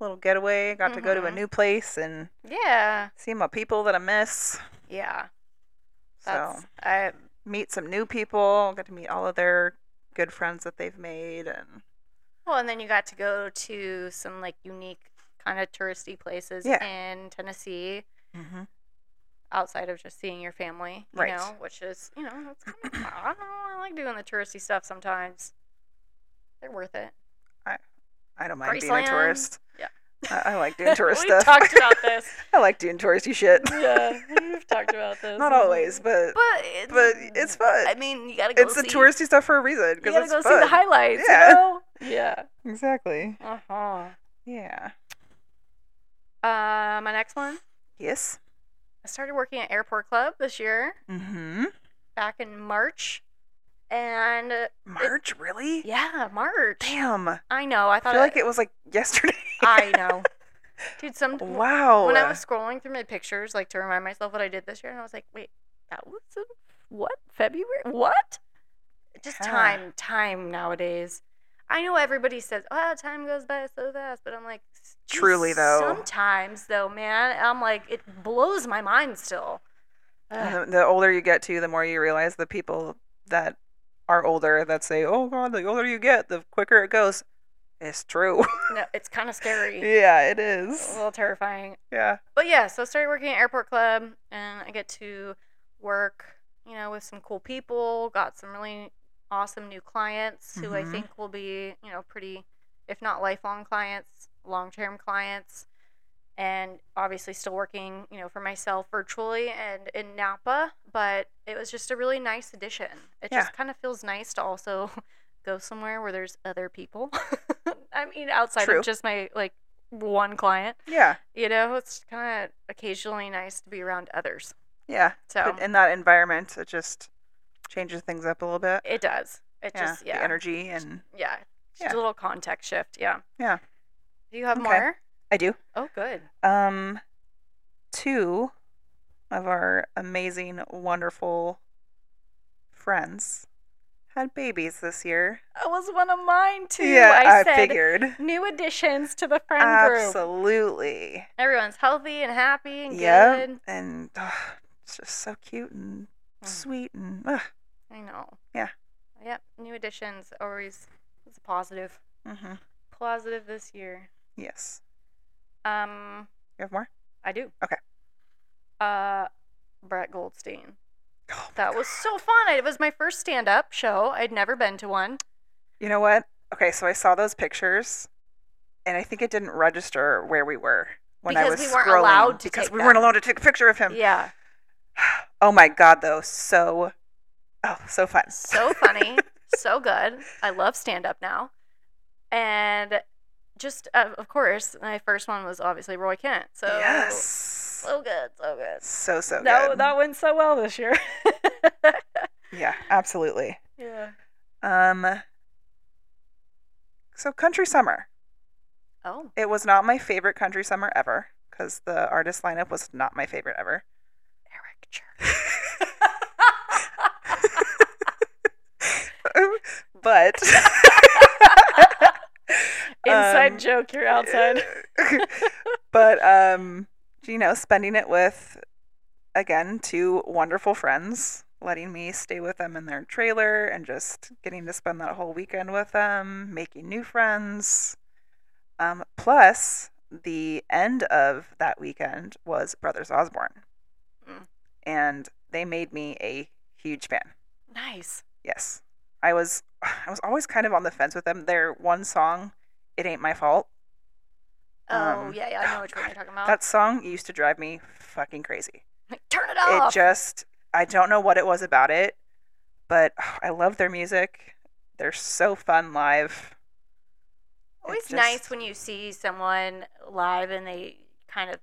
B: little getaway. Got to go to a
A: Mhm.
B: new place and
A: Yeah.
B: see my people that I miss.
A: Yeah.
B: So
A: That's I
B: meet some new people, got to meet all of their good friends that they've made and
A: Well, and then you got to go to some like unique kind of touristy places
B: Yeah.
A: in Tennessee Mm-hmm. outside of just seeing your family, you
B: Right.
A: know, which is, you know, it's kind of, I don't know, I like doing the touristy stuff sometimes. They're worth it.
B: I don't mind being
A: Graceland.
B: a tourist.
A: Yeah.
B: I, I like doing tourist
A: We've
B: stuff.
A: talked about this.
B: I like doing touristy shit.
A: yeah, we've talked about this.
B: Not always, but
A: But it's,
B: but it's fun.
A: I mean, you got to go
B: it's
A: see.
B: the touristy stuff for a reason
A: You
B: because
A: got to
B: it's
A: go
B: fun.
A: see the highlights,
B: Yeah.
A: you know? Yeah.
B: Exactly.
A: Uh-huh.
B: Yeah.
A: Uh, my next one.
B: Yes.
A: I started working at Airport Club this year.
B: Mm-hmm.
A: back in March. And uh,
B: March, really?
A: yeah, March.
B: Damn. I
A: I know. I thought
B: feel like it was like yesterday.
A: I know. Dude, some
B: wow.
A: when I was scrolling through my pictures like to remind myself what I did this year and I was like, "Wait, that was in what? February? What?" Just
B: Yeah.
A: time, time nowadays. I know everybody says, "Oh, time goes by so fast," but I'm like, geez,
B: Truly, though.
A: Sometimes though, man, I'm like it blows my mind still. Ugh.
B: And Uh-huh. the, the older you get to, the more you realize the people that are older that say, "Oh God," the older you get, the quicker it goes. It's true.
A: No, it's kind of scary.
B: yeah, it
A: a
B: is.
A: little terrifying.
B: Yeah.
A: But yeah, so I started working at Airport Club and I get to work, you know, with some cool people, got some really awesome new clients who I
B: Mhm.
A: think will be, you know, pretty if not lifelong clients, long-term clients. And obviously still working, you know, for myself virtually and in Napa, but it was just a really nice addition. It
B: Yeah.
A: just kind of feels nice to also go somewhere where there's other people. I mean, outside
B: True.
A: of just my like one client
B: Yeah.
A: you know, it's kind of occasionally nice to be around others.
B: Yeah.
A: So
B: But in that environment, it just changes things up a little bit.
A: it does. It just
B: The
A: yeah,
B: energy and
A: yeah, just
B: Yeah.
A: a little context shift. Yeah.
B: Yeah.
A: Do you have
B: Okay.
A: more?
B: I do.
A: Oh, good.
B: Um, two of our amazing, wonderful friends had babies this year.
A: That was one of mine too.
B: yeah,
A: I,
B: I,
A: said
B: figured.
A: new additions to the friend group.
B: Absolutely.
A: Everyone's healthy and happy and
B: Yep.
A: good.
B: And ugh, it's just so cute and
A: Mm.
B: sweet and ugh.
A: I know.
B: Yeah.
A: Yep. New additions always is a positive.
B: hmm
A: Positive this year.
B: Yes.
A: Um,
B: You have more?
A: I do.
B: Okay.
A: Uh, Brett Goldstein.
B: Oh,
A: That was so fun. It was my first stand up show. I'd never been to one.
B: You know what? Okay, so I saw those pictures, and I think it didn't register where we were when I was
A: Because we weren't
B: scrolling,
A: allowed to
B: because
A: take
B: we
A: them.
B: weren't allowed to take a picture of him.
A: Yeah.
B: Oh my god, though, so oh so fun.
A: So funny. so good. I love stand up now. And just, uh, of course, my first one was obviously Roy Kent. So,
B: yes,
A: so good. So good.
B: so so
A: that,
B: good.
A: that went so well this year.
B: yeah, absolutely.
A: yeah.
B: Um, so country summer.
A: Oh.
B: It was not my favorite country summer ever because the artist lineup was not my favorite ever.
A: Eric Church.
B: but
A: Inside
B: Um,
A: joke, you're outside.
B: but um you know spending it with again two wonderful friends letting me stay with them in their trailer and just getting to spend that whole weekend with them making new friends um plus the end of that weekend was brothers osborne
A: Mm.
B: and they made me a huge fan
A: Nice.
B: yes i was i was always kind of on the fence with them their one song it ain't my fault
A: Oh
B: Um,
A: yeah, yeah, I know
B: oh,
A: which one you're
B: God,
A: talking about.
B: That song used to drive me fucking crazy.
A: Like, turn it off.
B: It just, I don't know what it was about it, but oh, I love their music. They're so fun live. It
A: Always
B: just-
A: nice when you see someone live and they kind of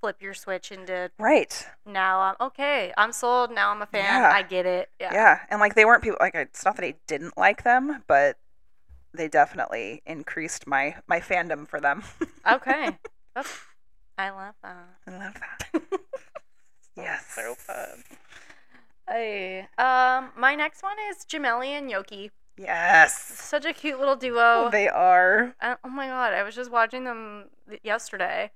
A: flip your switch into
B: Right.
A: now I'm okay, I'm sold. Now I'm a fan.
B: Yeah.
A: I get it.
B: Yeah.
A: Yeah.
B: And like they weren't people, like it's not that I didn't like them, but they definitely increased my my fandom for them.
A: Okay. That's- I love that.
B: I love that. yes.
A: So fun. Hey. Um, my next one is Jamelli and Yoki.
B: Yes.
A: Such a cute little duo.
B: Oh, They are.
A: I, oh my god, I was just watching them th- yesterday,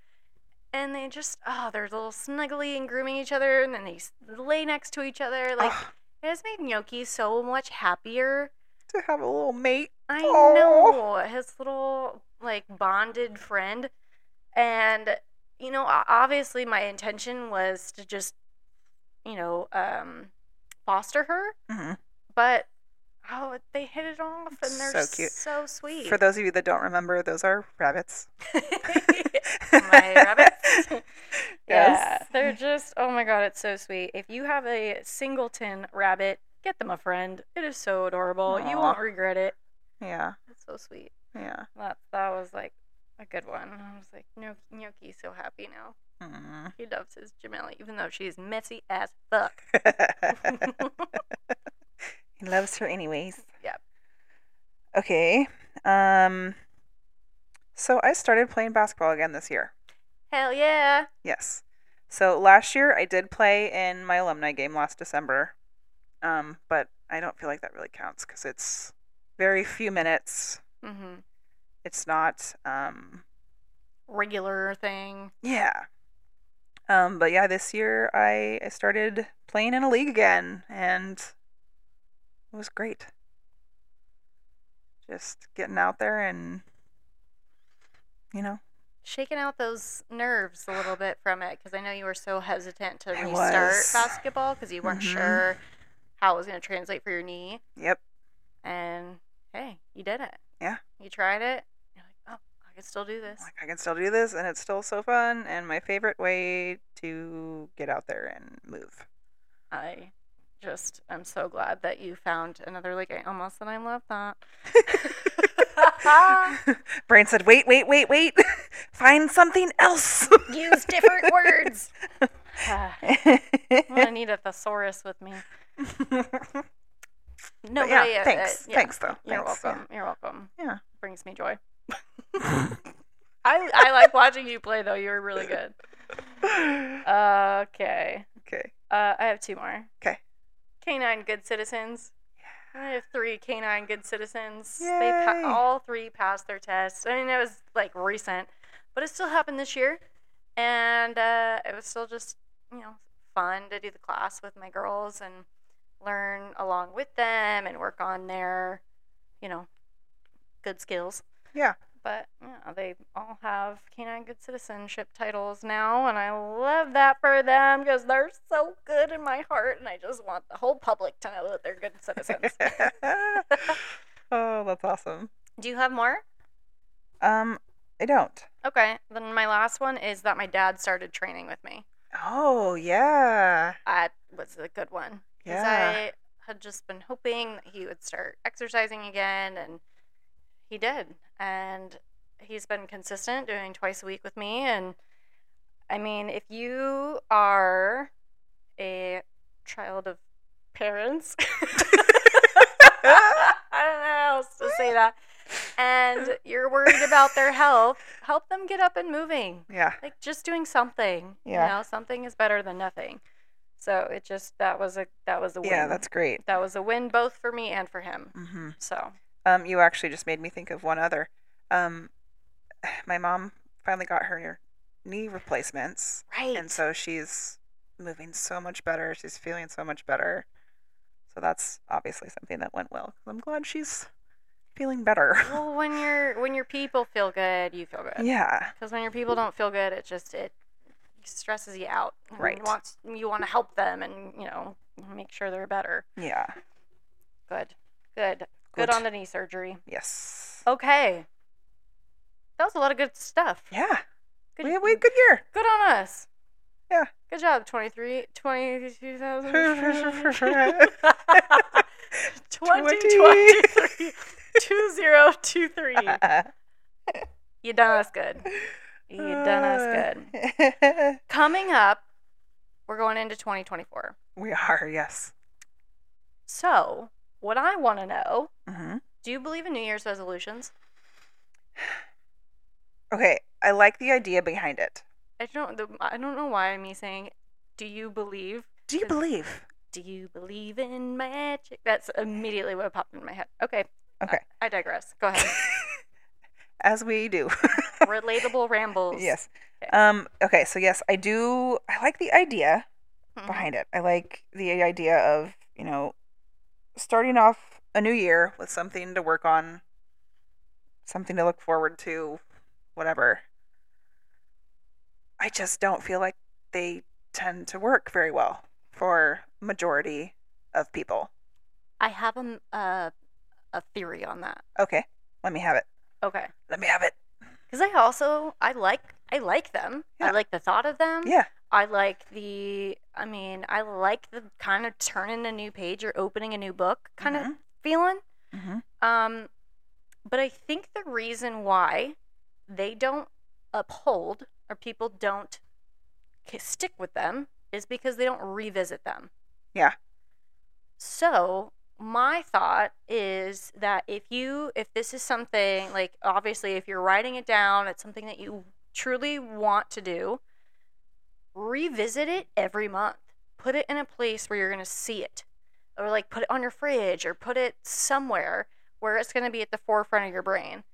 A: and they just oh, they're little snuggly and grooming each other, and then they s- lay next to each other. Like
B: Ugh,
A: it has made Gnocchi so much happier.
B: to have a little mate.
A: I
B: Aw.
A: know his little like bonded friend, and you know o- obviously my intention was to just you know um, foster her,
B: Mhm.
A: but oh, they hit it off, and they're
B: So cute.
A: so sweet.
B: For those of you that don't remember, those are rabbits.
A: my rabbits. yeah,
B: Yes.
A: they're just oh my god, it's so sweet. If you have a singleton rabbit, get them a friend. It is so adorable. You
B: Aw.
A: won't regret it.
B: Yeah.
A: It's so sweet.
B: Yeah.
A: That that was like a good one. I was like, Gnocchi, Gnocchi's so happy now.
B: Mm.
A: He loves his Jamelli, even though she's messy as fuck.
B: he loves her anyways.
A: Yep.
B: Okay. Um so I started playing basketball again this year.
A: Hell yeah.
B: Yes. So last year I did play in my alumni game last December. Um but I don't feel like that really counts cuz it's very few minutes.
A: Mm-hmm.
B: It's not um
A: Regular thing.
B: Yeah. Um, but yeah, this year I, I started playing in a league again and it was great. Just getting out there and you know,
A: Shaking out those nerves a little bit from it because I know you were so hesitant to
B: I
A: restart
B: was.
A: basketball because you weren't
B: Mhm.
A: sure how it was going to translate for your knee.
B: yep.
A: And hey, you did it.
B: Yeah.
A: You tried it. You're like, oh, I can still do this.
B: Like I can still do this and it's still so fun and my favorite way to get out there and move.
A: I just I'm so glad that you found another like I almost and I love that.
B: Brain said, Wait, wait, wait, wait. Find something else.
A: Use different words. Ah, I'm gonna need a thesaurus with me. No,
B: But yeah,
A: but I, uh,
B: thanks.
A: uh, yeah.
B: Thanks, though.
A: You're
B: Thanks, yeah.
A: welcome. You're welcome.
B: Yeah.
A: brings me joy. I I like watching you play though. You were really good. Okay.
B: okay.
A: Uh, I have two more.
B: 'Kay.
A: Canine good citizens. I have three canine good citizens. They
B: Yay.
A: pa- all three passed their tests. I mean, it was like recent, but it still happened this year, and uh, it was still just you know fun to do the class with my girls and learn along with them and work on their you know good skills.
B: Yeah.
A: But yeah, they all have canine good citizenship titles now, and I love that for them because they're so good in my heart, and I just want the whole public to know that they're good citizens.
B: oh, that's awesome.
A: Do you have more?
B: Um, I don't.
A: Okay, then my last one is that my dad started training with me.
B: Oh yeah.
A: That was a good one. 'Cause
B: Yeah.
A: I had just been hoping that he would start exercising again, and he did. And he's been consistent, doing twice a week with me. And I mean, if you are a child of parents, I don't know how else to say that, and you're worried about their health, help them get up and moving
B: Yeah.
A: like just doing something.
B: Yeah.
A: You know, something is better than nothing. So it just that was a that was a win.
B: Yeah, that's great.
A: that was a win both for me and for him.
B: hmm
A: So
B: Um, you actually just made me think of one other. Um, my mom finally got her knee replacements,
A: right.
B: and so she's moving so much better. She's feeling so much better. So that's obviously something that went well. I'm glad she's feeling better.
A: well, when your when your people feel good, you feel good.
B: yeah,
A: Because when your people don't feel good, it just it stresses you out. And
B: Right.
A: You want you want to help them and you know make sure they're better.
B: yeah.
A: Good. Good. Good, on the Oh, knee surgery.
B: yes.
A: Okay. That was a lot of good stuff.
B: Yeah,
A: Good,
B: we had we had a good year.
A: good on us.
B: Yeah.
A: Good job, 23, 22,000. 2023. 2023. You done us good. You done
B: Uh.
A: us good.
B: good.
A: Coming up, we're going into 2024.
B: we are. Yes.
A: So, what I want to know
B: hmm
A: do you believe in New Year's resolutions?
B: Okay, I like the idea behind it.
A: I don't, the, I don't know why I'm me saying, do you believe?
B: Do you
A: Cause-
B: believe?
A: Do you believe in magic? That's immediately what popped into my head. Okay.
B: Okay.
A: I, I digress. Go ahead.
B: As we do.
A: Relatable rambles.
B: yes.
A: Okay.
B: Um okay, so yes, I do I like the idea
A: Mhm.
B: behind it. I like the idea of, you know, starting off a new year with something to work on, something to look forward to, whatever. I just don't feel like they tend to work very well for majority of people.
A: I have a, m- a, a theory on that.
B: Okay, let me have it.
A: Okay.
B: Let me have it.
A: Because I also, I like, I like them. I
B: Yeah.
A: like the thought of them.
B: Yeah.
A: I like the, I mean, I like the kind of turning a new page or opening a new book kind of feeling.
B: Mm-hmm.
A: Um, but I think the reason why they don't uphold or people don't k- stick with them is because they don't revisit them.
B: Yeah.
A: So my thought is that if you if this is something like obviously if you're writing it down, it's something that you truly want to do, revisit it every month. Put it in a place where you're going to see it. Or like put it on your fridge or put it somewhere where it's going to be at the forefront of your brain.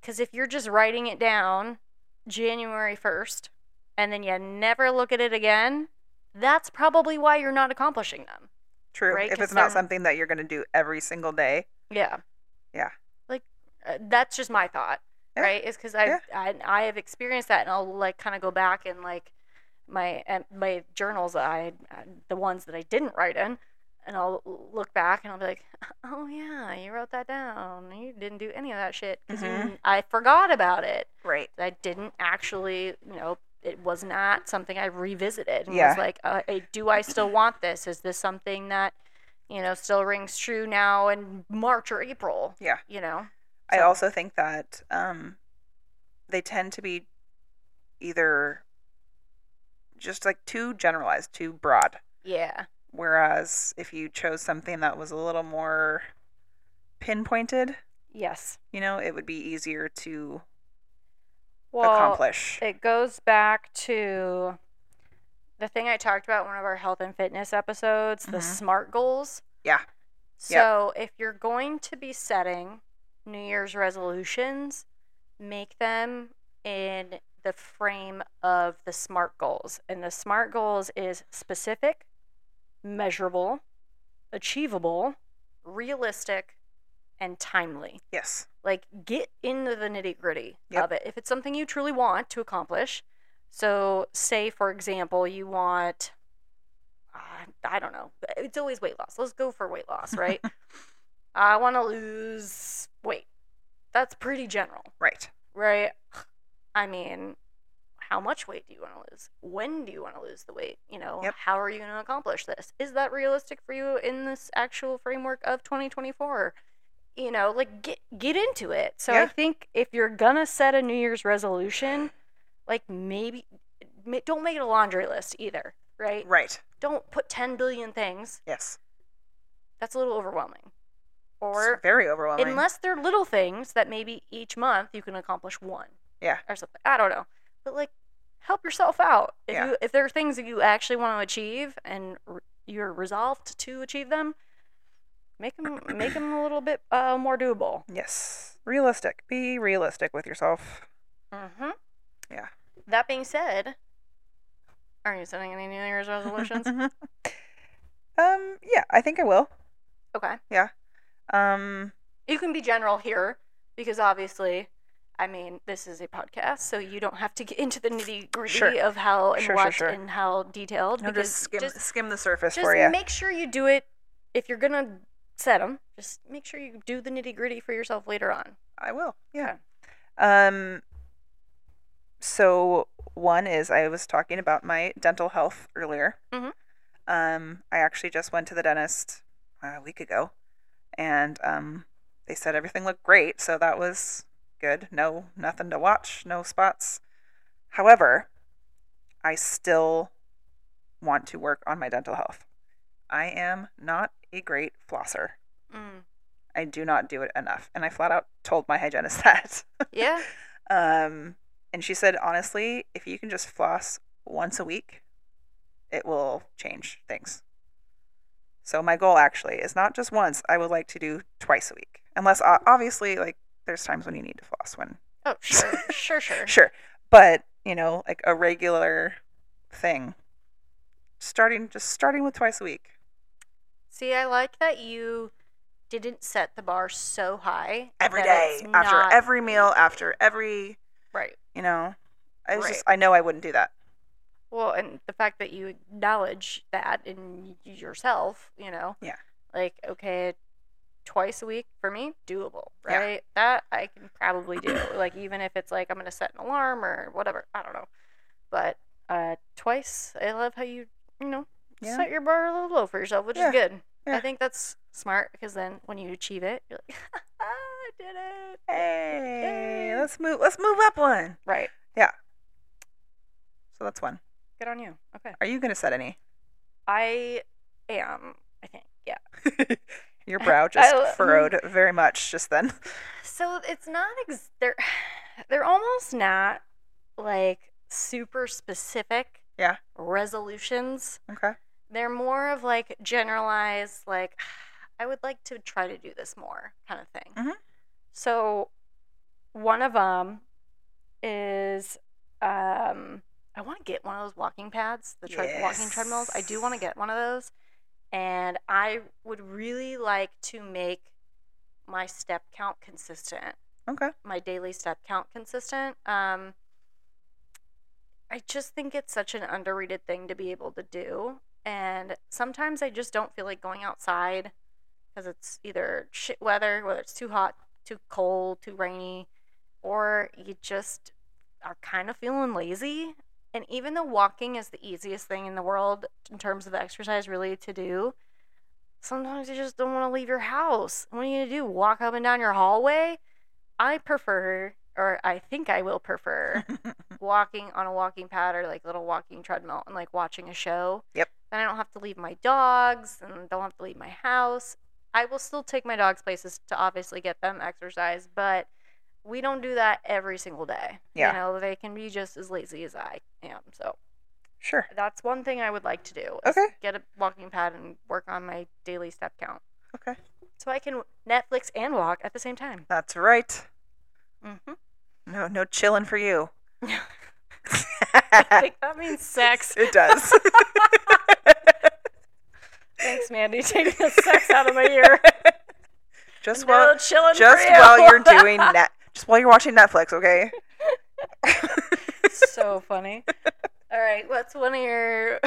A: Because if you're just writing it down January 1st and then you never look at it again, that's probably why you're not accomplishing them.
B: True.
A: right?
B: If
A: 'Cause
B: it's not
A: they're-
B: something that you're going to do every single day.
A: Yeah.
B: Yeah.
A: Like uh, that's just my thought,
B: Yeah.
A: right? It's because I,
B: Yeah.
A: I I have experienced that, and I'll like kind of go back and like my and my journals that I uh, the ones that I didn't write in, and I'll look back and I'll be like, oh yeah, you wrote that down. You didn't do any of that shit because
B: Mhm.
A: I forgot about it.
B: Right.
A: I didn't actually, you know, it was not something I revisited. And
B: Yeah.
A: was like, uh, uh, do I still want this? Is this something that, you know, still rings true now in March or April?
B: Yeah.
A: You know?
B: I
A: So-
B: also think that um, they tend to be either just like too generalized, too broad.
A: Yeah.
B: Whereas if you chose something that was a little more pinpointed,
A: Yes.
B: you know, it would be easier to
A: Well,
B: accomplish.
A: it goes back to the thing I talked about in one of our health and fitness episodes, the
B: Mhm.
A: SMART goals.
B: Yeah. Yep.
A: So if you're going to be setting New Year's resolutions, make them in the frame of the SMART goals. And the SMART goals is specific, measurable, achievable, realistic, and timely
B: yes.
A: like get into the nitty gritty
B: Yep.
A: of it if it's something you truly want to accomplish so say for example you want uh, i don't know it's always weight loss let's go for weight loss right i want to lose weight that's pretty general
B: Right.
A: right i mean how much weight do you want to lose when do you want to lose the weight you know
B: Yep.
A: how are you going to accomplish this is that realistic for you in this actual framework of 2024 you know like get get into it so i
B: Yeah.
A: think if you're gonna set a new year's resolution like maybe ma- don't make it a laundry list either right
B: Right.
A: don't put 10 billion things
B: Yes.
A: that's a little overwhelming
B: It's
A: or
B: very overwhelming.
A: Unless they're little things that maybe each month you can accomplish one.
B: Yeah.
A: Or something. I don't know. But like help yourself out. If,
B: Yeah.
A: you, if there are things that you actually want to achieve and r- you're resolved to achieve them, make them make them a little bit uh, more doable.
B: Yes. Realistic. Be realistic with yourself.
A: Mm-hmm.
B: Yeah.
A: That being said, are you setting any New Year's resolutions?
B: um, yeah, I think I will.
A: okay.
B: Um,
A: You can be general here because obviously, I mean, this is a podcast, so you don't have to get into the nitty gritty
B: Sure.
A: of how and
B: Sure, sure,
A: what
B: sure.
A: and how detailed.
B: I'll
A: because
B: just skim,
A: just,
B: skim the surface
A: just
B: for you.
A: make sure you do it if you're gonna set them. Just make sure you do the nitty gritty for yourself later on.
B: I will. Yeah. Um so one is I was talking about my dental health earlier.
A: Mhm.
B: Um I actually just went to the dentist uh, a week ago and um they said everything looked great, so that was good. No nothing to watch, no spots. However, I still want to work on my dental health. I am not a great flosser.
A: Mm.
B: I do not do it enough. And I flat out told my hygienist that.
A: Yeah.
B: Um, and she said, honestly, if you can just floss once a week, it will change things. So my goal actually is not just once. I would like to do twice a week, unless o- obviously like there's times when you need to floss. When
A: Oh, sure, sure, sure.
B: sure, but you know like a regular thing, starting just starting with twice a week.
A: See, I like that you didn't set the bar so high
B: every
A: that
B: day
A: it's
B: after
A: not-
B: every meal, after every
A: Right.
B: you know. I was
A: Right.
B: just I know I wouldn't do that.
A: Well, and the fact that you acknowledge that in y- yourself, you know.
B: Yeah.
A: Like, okay, twice a week for me, doable,
B: Yeah.
A: right? That I can probably do. like even if it's like I'm going to set an alarm or whatever, I don't know. But uh twice, I love how you, you know,
B: Yeah.
A: set your bar a little low for yourself, which
B: Yeah.
A: is good.
B: Yeah.
A: I think that's smart because then when you achieve it, you're like, I did it.
B: Hey,
A: Yay.
B: let's move. Let's move up one.
A: Right.
B: So that's one.
A: Good on you. Okay.
B: Are you gonna set any?
A: I am, I think. Yeah.
B: Your brow just
A: I-
B: furrowed very much just then.
A: So it's not ex- they're they're almost not like super specific
B: Yeah.
A: resolutions.
B: Okay.
A: They're more of like generalized like I would like to try to do this more kind of thing.
B: Mhm.
A: So one of them is um I want to get one of those walking pads, the tre- walking treadmills. I do want to
B: Yes.
A: get one of those. And I would really like to make my step count consistent
B: Okay.
A: my daily step count consistent. Um, I just think it's such an underrated thing to be able to do. And sometimes I just don't feel like going outside because it's either shit weather, whether it's too hot, too cold, too rainy, or you just are kind of feeling lazy. And even though walking is the easiest thing in the world in terms of exercise, really, to do, sometimes you just don't want to leave your house. What are you going to do? Walk up and down your hallway? I prefer, or I think I will prefer, walking on a walking pad or like little walking treadmill and like watching a show.
B: Yep.
A: Then I don't have to leave my dogs and don't have to leave my house. I will still take my dogs places to obviously get them exercise, but we don't do that every single day.
B: Yeah.
A: You know, they can be just as lazy as I am. So
B: sure.
A: that's one thing I would like to do. is
B: Okay.
A: Get a walking pad and work on my daily step count.
B: Okay.
A: So I can Netflix and walk at the same time.
B: That's right.
A: Mm-hmm.
B: No, no chilling for you.
A: I think that means sex.
B: It does.
A: Thanks, Mandy, taking the sex out of my ear.
B: just
A: No
B: while
A: chilling
B: just
A: for you.
B: while you're doing net, just while you're watching Netflix. Okay.
A: so funny. All right, what's one of your?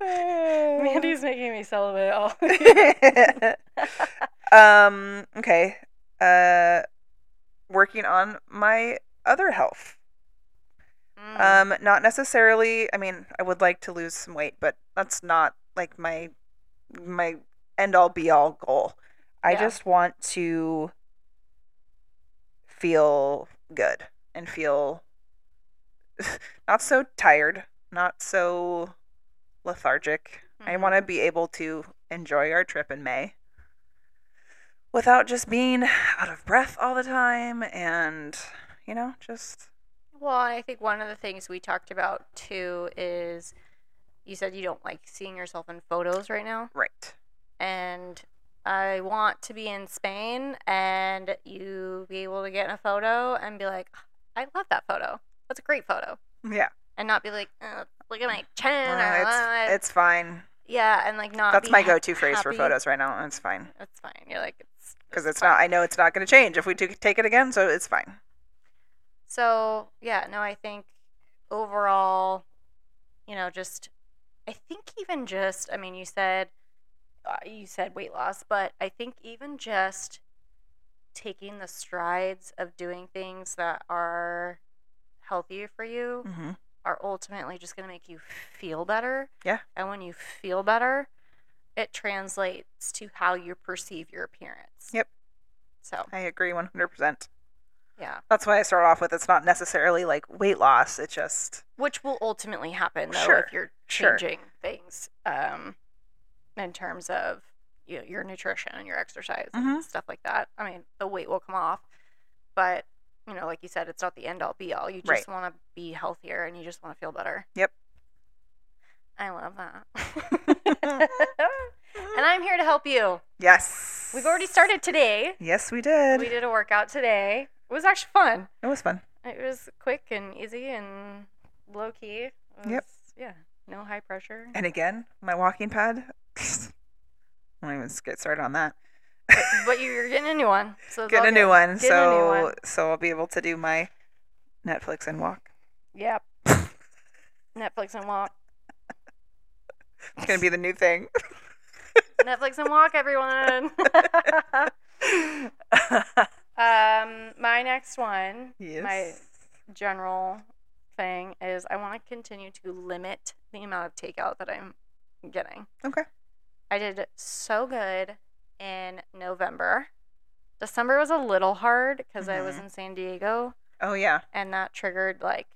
A: Mandy's making me celebrate all. Mm,
B: um okay uh working on my other health
A: Mm,
B: um not necessarily i mean i would like to lose some weight but that's not like my my end all be all goal i
A: Yeah.
B: just want to feel good and feel not so tired not so lethargic I
A: mhm.
B: want to be able to enjoy our trip in May without just being out of breath all the time and, you know, just
A: Well, I think one of the things we talked about too is you said you don't like seeing yourself in photos right now.
B: Right.
A: And I want to be in Spain and you be able to get in a photo and be like, "Ah, I love that photo. That's a great photo.
B: Yeah.
A: And not be like, "Ugh, look at my chin. or,
B: Uh,
A: "Ah."
B: it's, it's fine.
A: yeah. And like, not.
B: That's
A: be
B: my
A: ha-
B: go-to phrase for
A: happy.
B: photos right now. It's fine
A: That's fine. You're like, it's.
B: because it's not. I know it's not going to change if we do take it again, so it's fine.
A: So yeah, no, I think overall, you know, just I think even just I mean, you said uh, you said weight loss, but I think even just taking the strides of doing things that are healthier for you
B: Mm-hmm.
A: are ultimately just going to make you feel better.
B: Yeah.
A: And when you feel better, it translates to how you perceive your appearance.
B: Yep.
A: So,
B: I agree 100%.
A: yeah.
B: That's why I start off with it's not necessarily like weight loss. It just
A: which will ultimately happen though
B: Sure,
A: if you're
B: sure.
A: changing things um, in terms of you know, your nutrition and your exercise
B: Mhm.
A: and stuff like that. I mean, the weight will come off, but you know, like you said, it's not the end all be all. You just
B: Right.
A: want to be healthier and you just want to feel better.
B: Yep.
A: I love that. Mm-hmm. and I'm here to help you.
B: yes.
A: We've already started today.
B: Yes, we did.
A: We did a workout today. It was actually fun.
B: It was fun.
A: It was quick and easy and low key. It
B: Yep.
A: was- Yeah. No high pressure.
B: And again, my walking pad. I don't even get started on that.
A: but you- you're getting a new one. So it's
B: Get
A: all
B: a new
A: good.
B: one.
A: Get a
B: so
A: new one.
B: so I'll be able to do my Netflix and walk.
A: Yep. Netflix and walk.
B: It's gonna be the new thing.
A: Netflix and walk, everyone. um, my next one,
B: yes.
A: my general thing is I want to continue to limit the amount of takeout that I'm getting.
B: Okay.
A: I did so good in November. December was a little hard because I was
B: Mhm.
A: in San Diego.
B: Oh yeah.
A: and that triggered like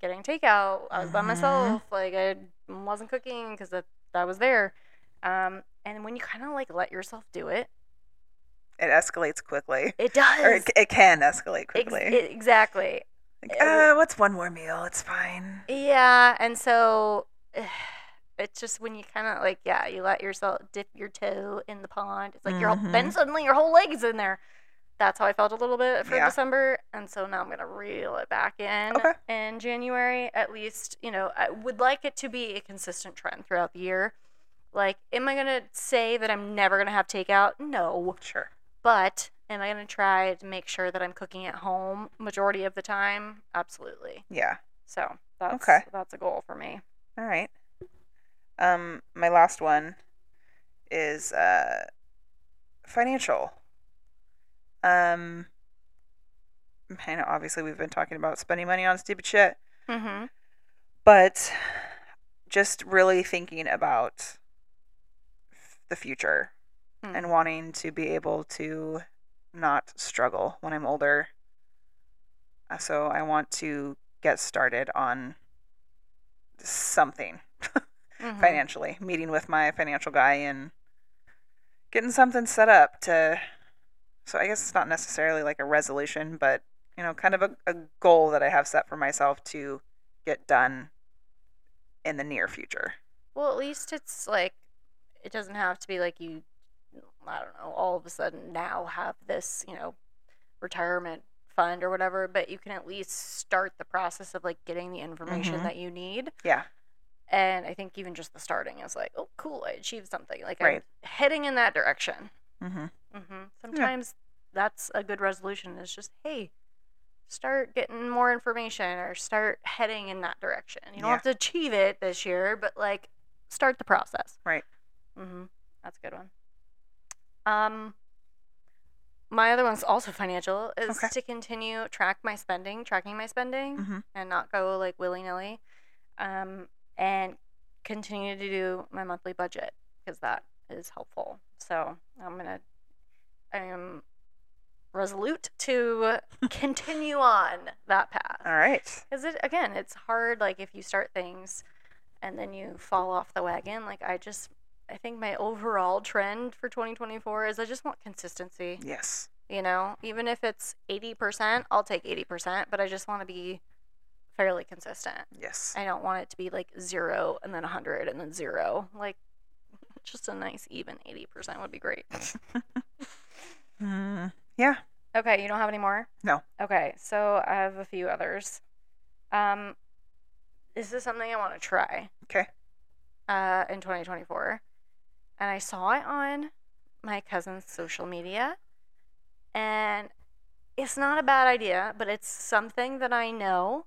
A: getting takeout. I was by
B: Mhm.
A: myself, like I wasn't cooking because that I was there. Um, and when you kind of like let yourself do it,
B: It escalates quickly.
A: it
B: Or
A: does
B: it, it can escalate
A: Ex-
B: quickly.
A: exactly.
B: Like, uh, what's one more meal? It's fine.
A: Yeah, and so eh, it's just when you kind of like yeah, you let yourself dip your toe in the pond. It's like your whole, then
B: Mhm.
A: suddenly your whole leg's in there. That's how I felt a little bit for
B: Yeah.
A: December, and so now I'm gonna reel it back in
B: Okay.
A: in January. At least you know I would like it to be a consistent trend throughout the year. Like, am I gonna say that I'm never gonna have takeout? No,
B: Sure.
A: but am I gonna try to make sure that I'm cooking at home majority of the time? Absolutely.
B: Yeah.
A: So that's
B: Okay.
A: that's a goal for me.
B: All right. Um, my last one is uh, financial. Um, I know obviously we've been talking about spending money on stupid shit,
A: Mm-hmm.
B: but just really thinking about the future
A: Mm.
B: and wanting to be able to not struggle when I'm older. Uh, So I want to get started on something Mm-hmm.
A: Mm-hmm.
B: financially, meeting with my financial guy and getting something set up to. So I guess it's not necessarily like a resolution, but you know, kind of a, a goal that I have set for myself to get done in the near future.
A: Well, at least it's like it doesn't have to be like you. I don't know. All of a sudden now have this, you know, retirement fund or whatever, but you can at least start the process of like getting the information
B: Mhm.
A: that you need.
B: Yeah.
A: And I think even just the starting is like, oh, cool, I achieved something. Like
B: Right.
A: I'm heading in that direction.
B: Mm-hmm.
A: hmm Sometimes that's a good resolution. Is just hey, start getting more information or start heading in that direction. You don't
B: Yeah.
A: have to achieve it this year, but like start the process.
B: Right.
A: hmm That's a good one. Um, my other one's also financial. Is
B: Okay.
A: to continue track my spending, tracking my spending,
B: Mhm.
A: and not go like willy nilly, um, and continue to do my monthly budget because that is helpful. So I'm gonna, I am resolute to continue on that path
B: All right.
A: because it again, it's hard. Like if you start things and then you fall off the wagon, like I just, I think my overall trend for 2024 is I just want consistency.
B: Yes.
A: You know, even if it's 80%, I'll take 80%, but I just want to be fairly consistent.
B: Yes.
A: I don't want it to be like zero and then 100 and then zero. Like, just a nice even 80% would be great.
B: Mm, yeah.
A: Okay, you don't have any more?
B: No.
A: Okay, so I have a few others. Um, this is something I want to try.
B: Okay.
A: Uh, in 2024, and I saw it on my cousin's social media, and it's not a bad idea, but it's something that I know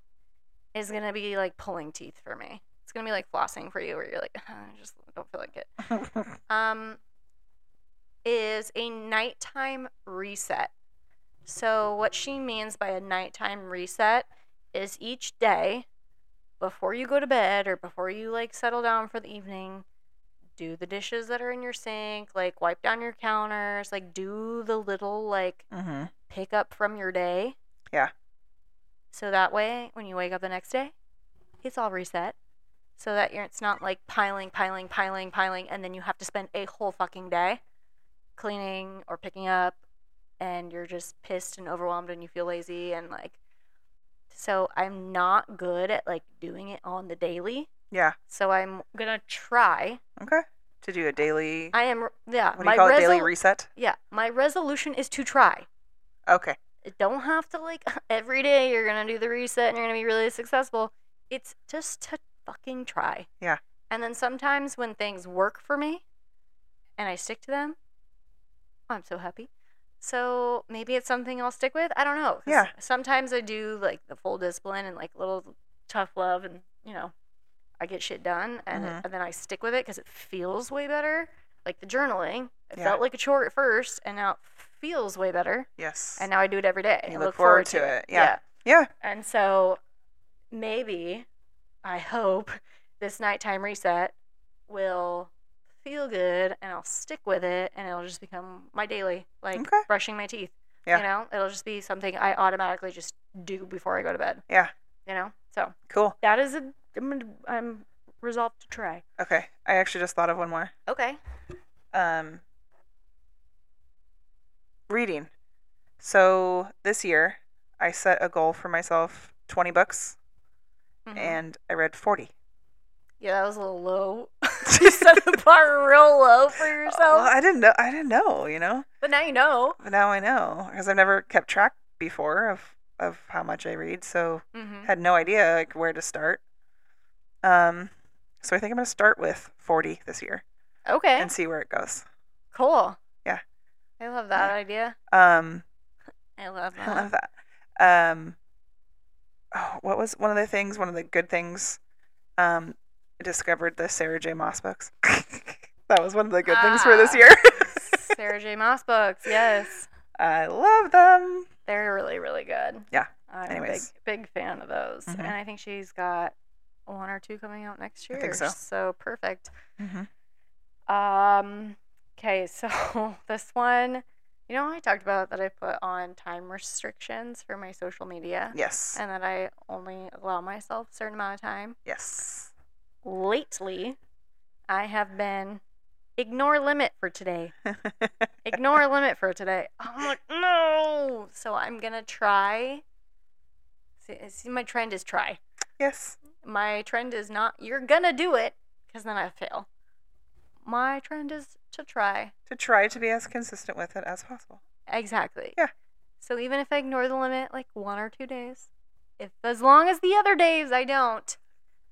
A: is gonna be like pulling teeth for me. It's gonna be like flossing for you, where you're like, I just don't feel like it um, is a nighttime reset. So, what she means by a nighttime reset is each day before you go to bed or before you like settle down for the evening, do the dishes that are in your sink, like wipe down your counters, like do the little like
B: hmm
A: pick up from your day.
B: Yeah.
A: So that way, when you wake up the next day, it's all reset. So that you're, it's not like piling, piling, piling, piling, and then you have to spend a whole fucking day cleaning or picking up, and you're just pissed and overwhelmed and you feel lazy and like. So I'm not good at like doing it on the daily.
B: Yeah.
A: So I'm gonna try.
B: Okay. To do a daily,
A: I am yeah.
B: what do you call it? Daily
A: resol-
B: reset?
A: yeah, my resolution is to try.
B: Okay.
A: It don't have to like every day you're gonna do the reset and you're gonna be really successful. It's just to fucking try.
B: Yeah.
A: And then sometimes when things work for me and I stick to them, I'm so happy. So maybe it's something I'll stick with. I don't know. 'cause
B: Yeah.
A: Sometimes I do like the full discipline and like little tough love and you know, I get shit done and,
B: Mhm.
A: and then I stick with it because it feels way better. Like the journaling, it
B: Yeah.
A: felt like a chore at first and now it feels way better.
B: Yes.
A: And now I do it every day.
B: You
A: I
B: look forward to it. Yeah. Yeah.
A: And so maybe, I hope, this nighttime reset will feel good and I'll stick with it and it'll just become my daily, like
B: Okay.
A: brushing my teeth.
B: Yeah.
A: You know, it'll just be something I automatically just do before I go to bed.
B: Yeah.
A: You know, so
B: Cool.
A: that is a, I'm, gonna- I'm resolved to try.
B: Okay. I actually just thought of one more.
A: Okay.
B: Um, reading. So this year, I set a goal for myself 20 books,
A: Mhm.
B: and I read 40.
A: yeah, that was a little low. you set the bar real low for
B: Well,
A: yourself.
B: I didn't know. I didn't know, you know?
A: But now you know.
B: But now I know because I've never kept track before of, of how much I read. So
A: Mm-hmm.
B: had no idea like where to start. Um, so I think I'm gonna start with 40 this year
A: Okay.
B: and see where it goes.
A: Cool.
B: Yeah.
A: I love that
B: Yeah.
A: idea.
B: Um,
A: I love that.
B: I love that. Um, oh, what was one of the things? One of the good things. Um, I discovered the Sarah J. Moss books. that was one of the good things for this
A: Ah.
B: year.
A: Sarah J. Moss books, yes.
B: I love them.
A: They're really, really good.
B: Yeah.
A: I'm
B: Anyways.
A: a big, big fan of those.
B: Mhm.
A: And I think she's got one or two coming out next year.
B: think so.
A: perfect.
B: Mm-hmm.
A: Um okay, so this one you know I talked about that I put on time restrictions for my social media
B: Yes.
A: and that I only allow myself a certain amount of time.
B: Yes.
A: Lately I have been ignore limit for today. ignore a limit for today. I'm like, no. So I'm gonna try. See, see, my trend is try.
B: yes.
A: My trend is not you're gonna do it because then I fail. My trend is to try.
B: To try to be as consistent with it as possible.
A: Exactly.
B: Yeah.
A: So even if I ignore the limit like one or two days, if as long as the other days I don't,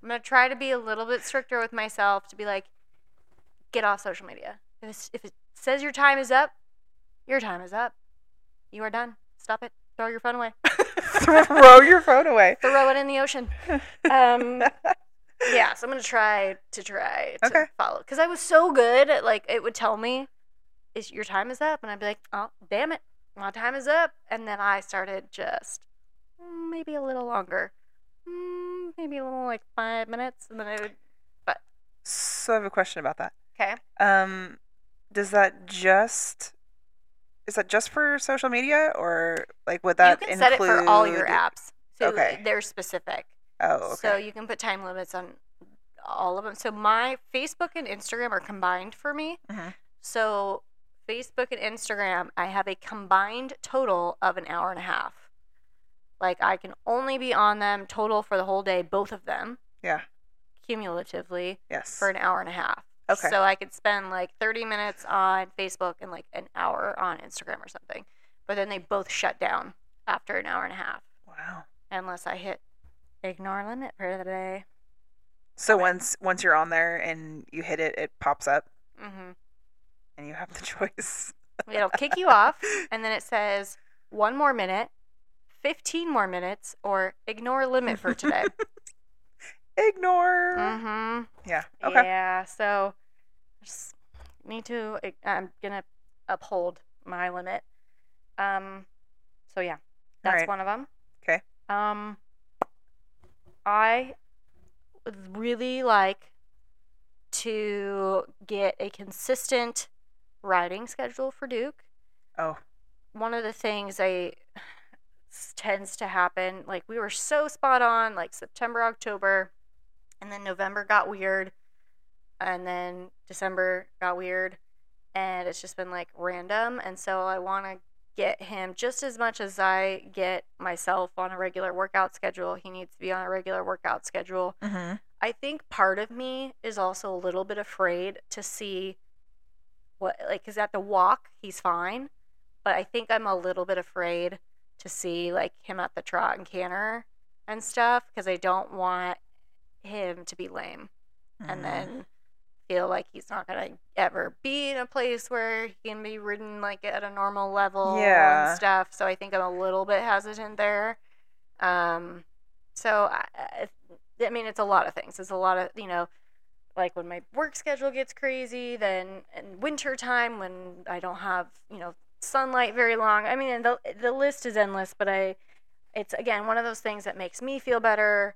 A: I'm gonna try to be a little bit stricter with myself to be like, get off social media. If, it's, if it says your time is up, your time is up. You are done. Stop it. Throw your phone away.
B: Throw your phone away.
A: Throw it in the ocean. Um, yeah, so I'm gonna try to try to
B: Okay.
A: follow because I was so good at like it would tell me, "Is your time is up?" and I'd be like, "Oh, damn it, my time is up," and then I started just mm, maybe a little longer, Mm, maybe a little like five minutes, and then I would
B: So I have a question about that.
A: okay.
B: Um, does that just is that just for social media or like would that
A: you can set it for all your
B: include-
A: apps, so
B: Okay.
A: they're specific.
B: Oh, okay.
A: So you can put time limits on all of them. So my Facebook and Instagram are combined for me.
B: Mhm.
A: So Facebook and Instagram, I have a combined total of an hour and a half. Like I can only be on them total for the whole day, both of them.
B: Yeah.
A: Cumulatively
B: Yes.
A: for an hour and a half.
B: Okay.
A: So I could spend like 30 minutes on Facebook and like an hour on Instagram or something. But then they both shut down after an hour and a half
B: wow.
A: unless I hit ignore limit for the day.
B: So once once you're on there and you hit it, it pops up
A: hmm
B: and you have the choice.
A: It'll kick you off, and then it says one more minute, 15 more minutes, or ignore limit for today.
B: Ignore.
A: mm-hmm.
B: Yeah. Okay.
A: Yeah. So I just need to, eh, I'm going to uphold my limit. Um, so yeah, that's
B: Alright.
A: one of them.
B: 'Kay.
A: Um, I would really like to get a consistent riding schedule for Duke.
B: Oh.
A: one of the things I tends to happen, like we were so spot on, like September, October, and then November got weird, and then December got weird, and it's just been like random. And so I want to get him just as much as I get myself on a regular workout schedule. He needs to be on a regular workout schedule.
B: Mm-hmm.
A: I think part of me is also a little bit afraid to see what, like, is at the walk, he's fine. But I think I'm a little bit afraid to see, like, him at the trot and canter and stuff because I don't want him to be lame
B: Mm-hmm.
A: and then feel like he's not going to ever be in a place where he can be ridden, like, at a normal level
B: Yeah.
A: and stuff. So I think I'm a little bit hesitant there. Um, so I, I- I mean, it's a lot of things. It's a lot of you know, like when my work schedule gets crazy, then in winter time when I don't have you know sunlight very long. I mean, and the the list is endless. But I, it's again one of those things that makes me feel better.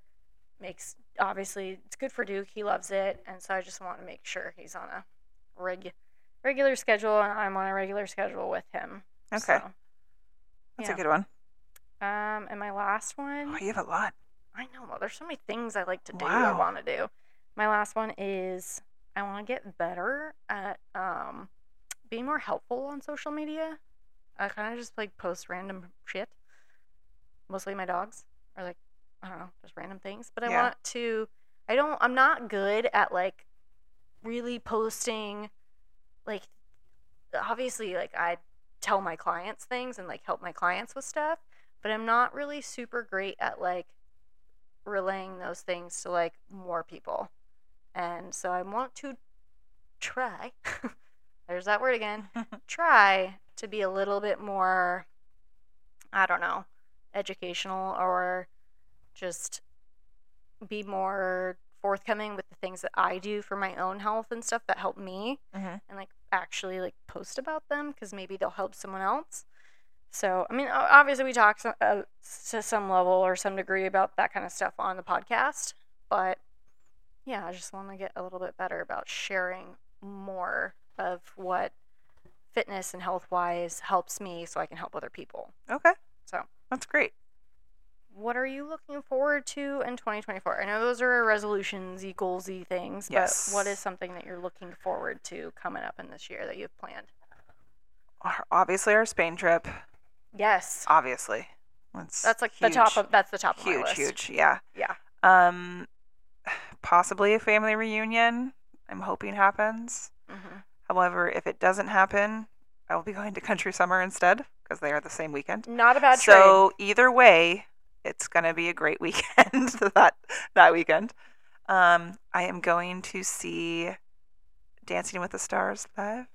A: Makes obviously it's good for Duke. He loves it, and so I just want to make sure he's on a reg, regular schedule, and I'm on a regular schedule with him.
B: okay.
A: So,
B: That's
A: yeah.
B: a good one.
A: um, and my last one.
B: Oh, you have a lot.
A: I know. Well, there's so many things I like to do.
B: Wow.
A: I want to do. My last one is I want to get better at um, being more helpful on social media. I kind of just like post random shit, mostly my dogs or like I don't know, just random things. But I
B: Yeah.
A: want to. I don't. I'm not good at like really posting. Like obviously, like I tell my clients things and like help my clients with stuff, but I'm not really super great at like relaying those things to like more people. And so I want to try. There's that word again. try to be a little bit more I don't know, educational or just be more forthcoming with the things that I do for my own health and stuff that help me
B: Mhm.
A: and like actually like post about them cuz maybe they'll help someone else. So, I mean, o- obviously, we talk so- uh, to some level or some degree about that kind of stuff on the podcast, but yeah, I just want to get a little bit better about sharing more of what fitness and health wise helps me so I can help other people.
B: Okay.
A: So.
B: that's great.
A: What are you looking forward to in 2024? I know those are resolutions, y goalsy things,
B: Yes.
A: but what is something that you're looking forward to coming up in this year that you've planned?
B: Our- Obviously, our Spain trip.
A: Yes.
B: Obviously, that's
A: That's like the top
B: huge.
A: of that's the top of my
B: huge,
A: list.
B: huge. Yeah.
A: Yeah.
B: Um, possibly a family reunion. I'm hoping happens.
A: Mhm.
B: However, if it doesn't happen, I will be going to country summer instead because they are the same weekend.
A: Not a bad trade.
B: so either way, it's gonna be a great weekend that that weekend. Um, I am going to see Dancing with the Stars live.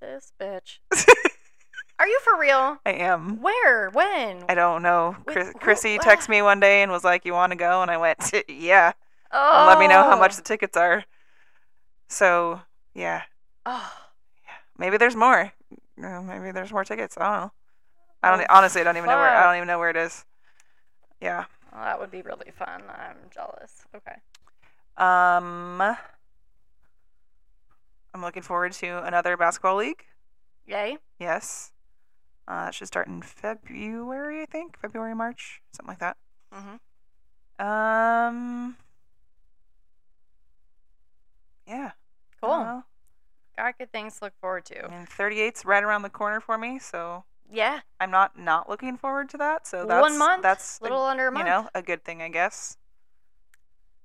A: This bitch. Are you for real?
B: I am.
A: Where? When?
B: Mm-hmm. I don't know.
A: Wait,
B: Chris,
A: who-
B: Chrissy
A: ah.
B: texted me one day and was like, "You want to go?" And I went, "Yeah."
A: oh.
B: and let me know how much the tickets are. So yeah,
A: Oh.
B: maybe there's more. Uh, Maybe there's more tickets. I don't know. I don't e,
A: Oh,
B: honestly. I don't even know where. I
A: fuck.
B: don't even know where it is. Yeah.
A: Well, that would be really fun. I'm jealous. Okay.
B: Um. I'm looking forward to another basketball league.
A: Yay.
B: Yes. Uh, it should start in February, I think. February, March, something like that.
A: Mhm.
B: Um. Yeah. uh, I
A: Cool.
B: don't know.
A: Got good things to look forward to.
B: I mean, 38's right around the corner for me, so
A: Yeah,
B: I'm not not looking forward to that. So that's
A: one month.
B: That's
A: a little under a
B: a, you
A: month.
B: know a good thing, I guess.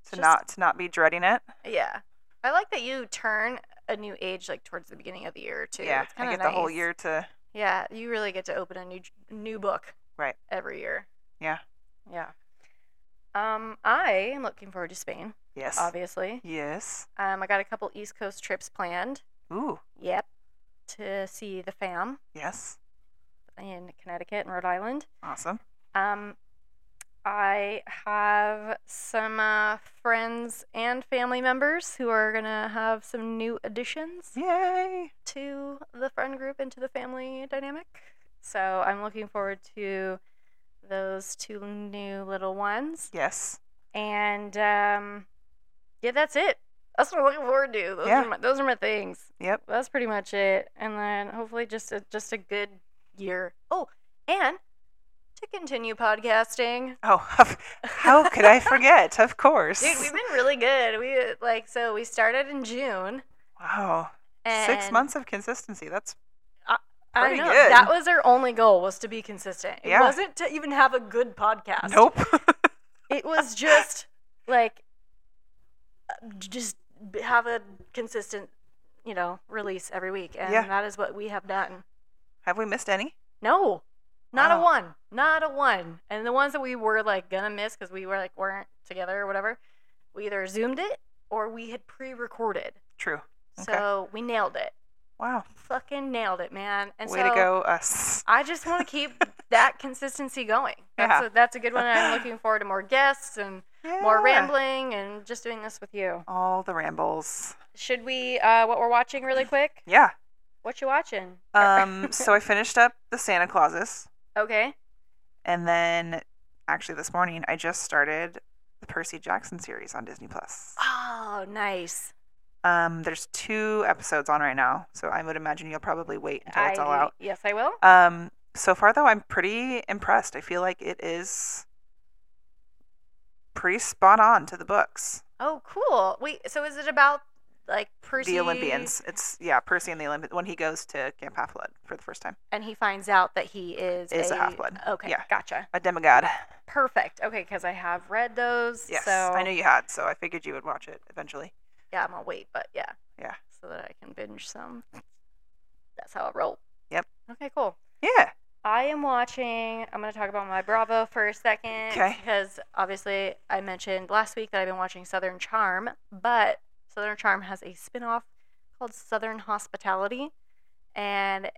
B: To
A: Just-
B: not to not be dreading it.
A: Yeah, I like that you turn a new age like towards the beginning of the year too.
B: yeah,
A: It's
B: I
A: kinda
B: get the whole
A: nice.
B: year to.
A: Yeah, you really get to open a new new book.
B: Right.
A: Every year.
B: Yeah.
A: Yeah. Um, I am looking forward to Spain,
B: Yes.
A: obviously.
B: Yes.
A: Um, I got a couple East Coast trips planned.
B: Ooh.
A: Yep. To see the fam
B: Yes.
A: in Connecticut and Rhode Island.
B: Awesome.
A: Um, I have some uh, friends and family members who are gonna have some new additions
B: Yay.
A: to the friend group and to the family dynamic. So I'm looking forward to those two new little ones.
B: Yes.
A: And um, yeah, that's it. That's what I'm looking forward to. Those,
B: Yeah.
A: are, my, those are my things.
B: Yep.
A: That's pretty much it. And then hopefully just a, just a good year. Oh, and to continue podcasting.
B: Oh, how could I forget? Of course.
A: Dude, we've been really good. We uh, like so we started in June.
B: wow.
A: And
B: Six months of consistency. That's
A: I
B: pretty
A: know
B: good.
A: that was our only goal was to be consistent. It
B: Yeah.
A: wasn't to even have a good podcast.
B: nope.
A: It was just like uh, just b- have a consistent, you know, release every week, and
B: Yeah.
A: that is what we have done.
B: Have we missed any?
A: No, not a
B: Wow.
A: one, not a one. And the ones that we were like gonna miss because we were like weren't together or whatever, we either zoomed it or we had pre-recorded.
B: True. Okay.
A: So we nailed it.
B: Wow.
A: Fucking nailed it, man. And
B: Way
A: so,
B: to go, us.
A: I just want to keep that consistency going. That's,
B: Yeah.
A: a, that's a good one. I'm looking forward to more guests and
B: Yeah.
A: more rambling and just doing this with you.
B: All the rambles.
A: Should we, uh, what we're watching really quick?
B: Yeah.
A: What you watching?
B: Um. so I finished up the Santa Clauses,
A: Okay.
B: and then actually this morning I just started the Percy Jackson series on Disney Plus.
A: Oh, nice.
B: Um. There's two episodes on right now, so I would imagine you'll probably wait until it's all
A: I-
B: out.
A: Yes, I will.
B: Um. So far though, I'm pretty impressed. I feel like it is pretty spot on to the books.
A: Oh, cool. Wait, so is it about like Percy?
B: The Olympians. It's yeah, Percy and the Olympians when he goes to Camp Half Blood for the first time.
A: And he finds out that he is,
B: Is a half-blood.
A: Okay,
B: Yeah.
A: gotcha.
B: A demigod.
A: Perfect. Okay, because I have read those.
B: Yes,
A: so
B: I knew you had, so I figured you would watch it eventually.
A: yeah, I'm gonna wait, but yeah.
B: Yeah.
A: So that I can binge some. That's how it roll.
B: Yep.
A: Okay, cool.
B: Yeah.
A: I am watching. I'm gonna talk about my Bravo for a second,
B: 'Kay.
A: because obviously I mentioned last week that I've been watching Southern Charm, but Southern Charm has a spin-off called Southern Hospitality, and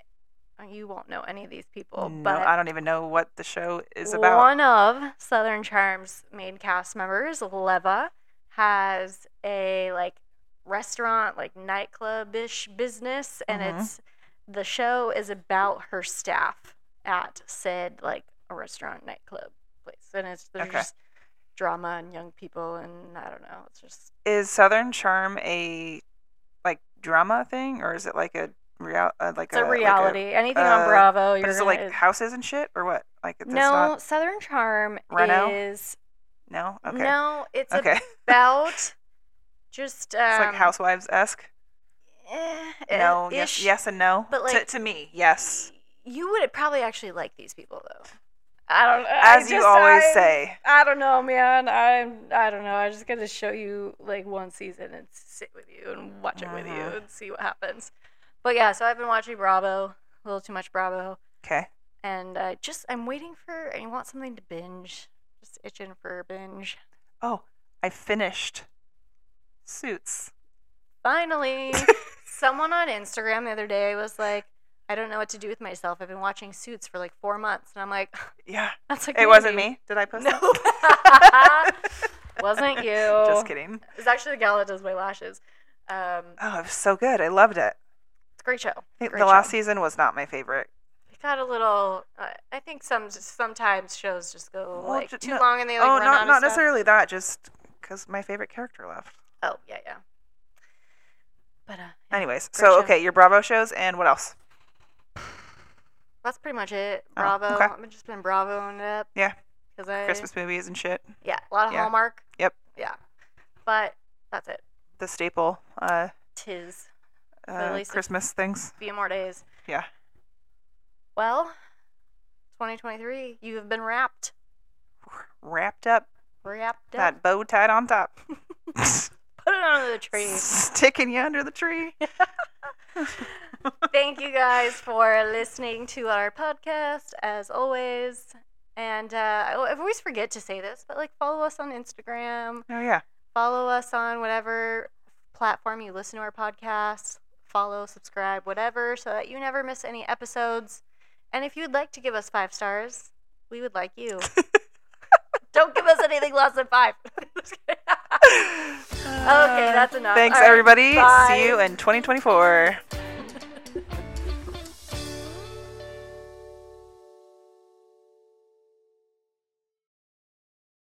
A: you won't know any of these people,
B: no,
A: but
B: I don't even know what the show is about.
A: one of Southern Charm's main cast members, Leva, has a like restaurant, like nightclub ish business, and
B: Mhm.
A: it's the show is about her staff at said like a restaurant nightclub place, and it's there's
B: Okay.
A: just drama and young people, and I don't know, it's just
B: Is Southern Charm a like drama thing, or is it like a real uh, like
A: it's a
B: like
A: reality. Anything
B: uh,
A: on Bravo,
B: but
A: you're
B: is it
A: gonna-
B: like houses and shit, or what? Like it's
A: no
B: not
A: Southern Charm
B: Reno?
A: is
B: no. Okay.
A: no, it's
B: okay.
A: about just um,
B: it's like housewives esque.
A: eh,
B: no.
A: eh,
B: Yes.
A: ish.
B: Yes and no.
A: but,
B: To-
A: like-
B: to, me, yes.
A: You would probably actually like these people though. I don't. I
B: As you
A: just-
B: always
A: I-
B: say.
A: I don't know, man. I'm. I don't know. I just gotta show you like one season and sit with you and watch it with you
B: Mhm.
A: and see what happens. But yeah, so I've been watching Bravo a little too much Bravo,
B: Okay.
A: and uh, just I'm waiting for. I want something to binge. Just itching for a binge.
B: Oh, I finished Suits.
A: Finally, someone on Instagram the other day was like. I don't know what to do with myself. I've been watching Suits for like four months, and I'm like,
B: Yeah.
A: that's like
B: It wasn't me. Did I post that?
A: No. Wasn't you.
B: Just kidding.
A: It's actually the gal that does my lashes. Um,
B: Oh, it was so good. I loved it.
A: it's a great show.
B: It-
A: Great
B: the last
A: show.
B: season was not my favorite.
A: It got a little. Uh, I think some sometimes shows just go
B: Well,
A: like
B: ju-
A: too
B: no-
A: long and they like
B: oh,
A: run out
B: not
A: of
B: not
A: stuff.
B: necessarily that, just because my favorite character left.
A: Oh yeah, yeah. But uh, yeah,
B: Anyways,
A: Great
B: so
A: show.
B: okay, your Bravo shows and what else?
A: that's pretty much it.
B: Oh,
A: Bravo.
B: okay.
A: I've just been Bravoing it up.
B: Yeah.
A: Because I
B: Christmas movies and shit.
A: yeah a lot of
B: Yeah.
A: Hallmark.
B: Yep.
A: Yeah. But that's it.
B: The staple uh,
A: Tis
B: uh
A: least it's-
B: Christmas things.
A: few more days.
B: Yeah.
A: Well, 2023, you have been wrapped.
B: Wrapped up,
A: Wrapped up.
B: that bow tied on top,
A: Put it under the tree.
B: sticking you under the tree.
A: Thank you guys for listening to our podcast, as always. And uh, I always forget to say this, but like follow us on Instagram,
B: Oh yeah,
A: follow us on whatever platform you listen to our podcast, follow, subscribe, whatever, so that you never miss any episodes. And if you'd like to give us five stars, we would like you. Don't give us anything less than five. Just kidding.
B: okay,
A: that's enough.
B: Thanks
A: All right,
B: everybody.
A: bye.
B: See you in 2024.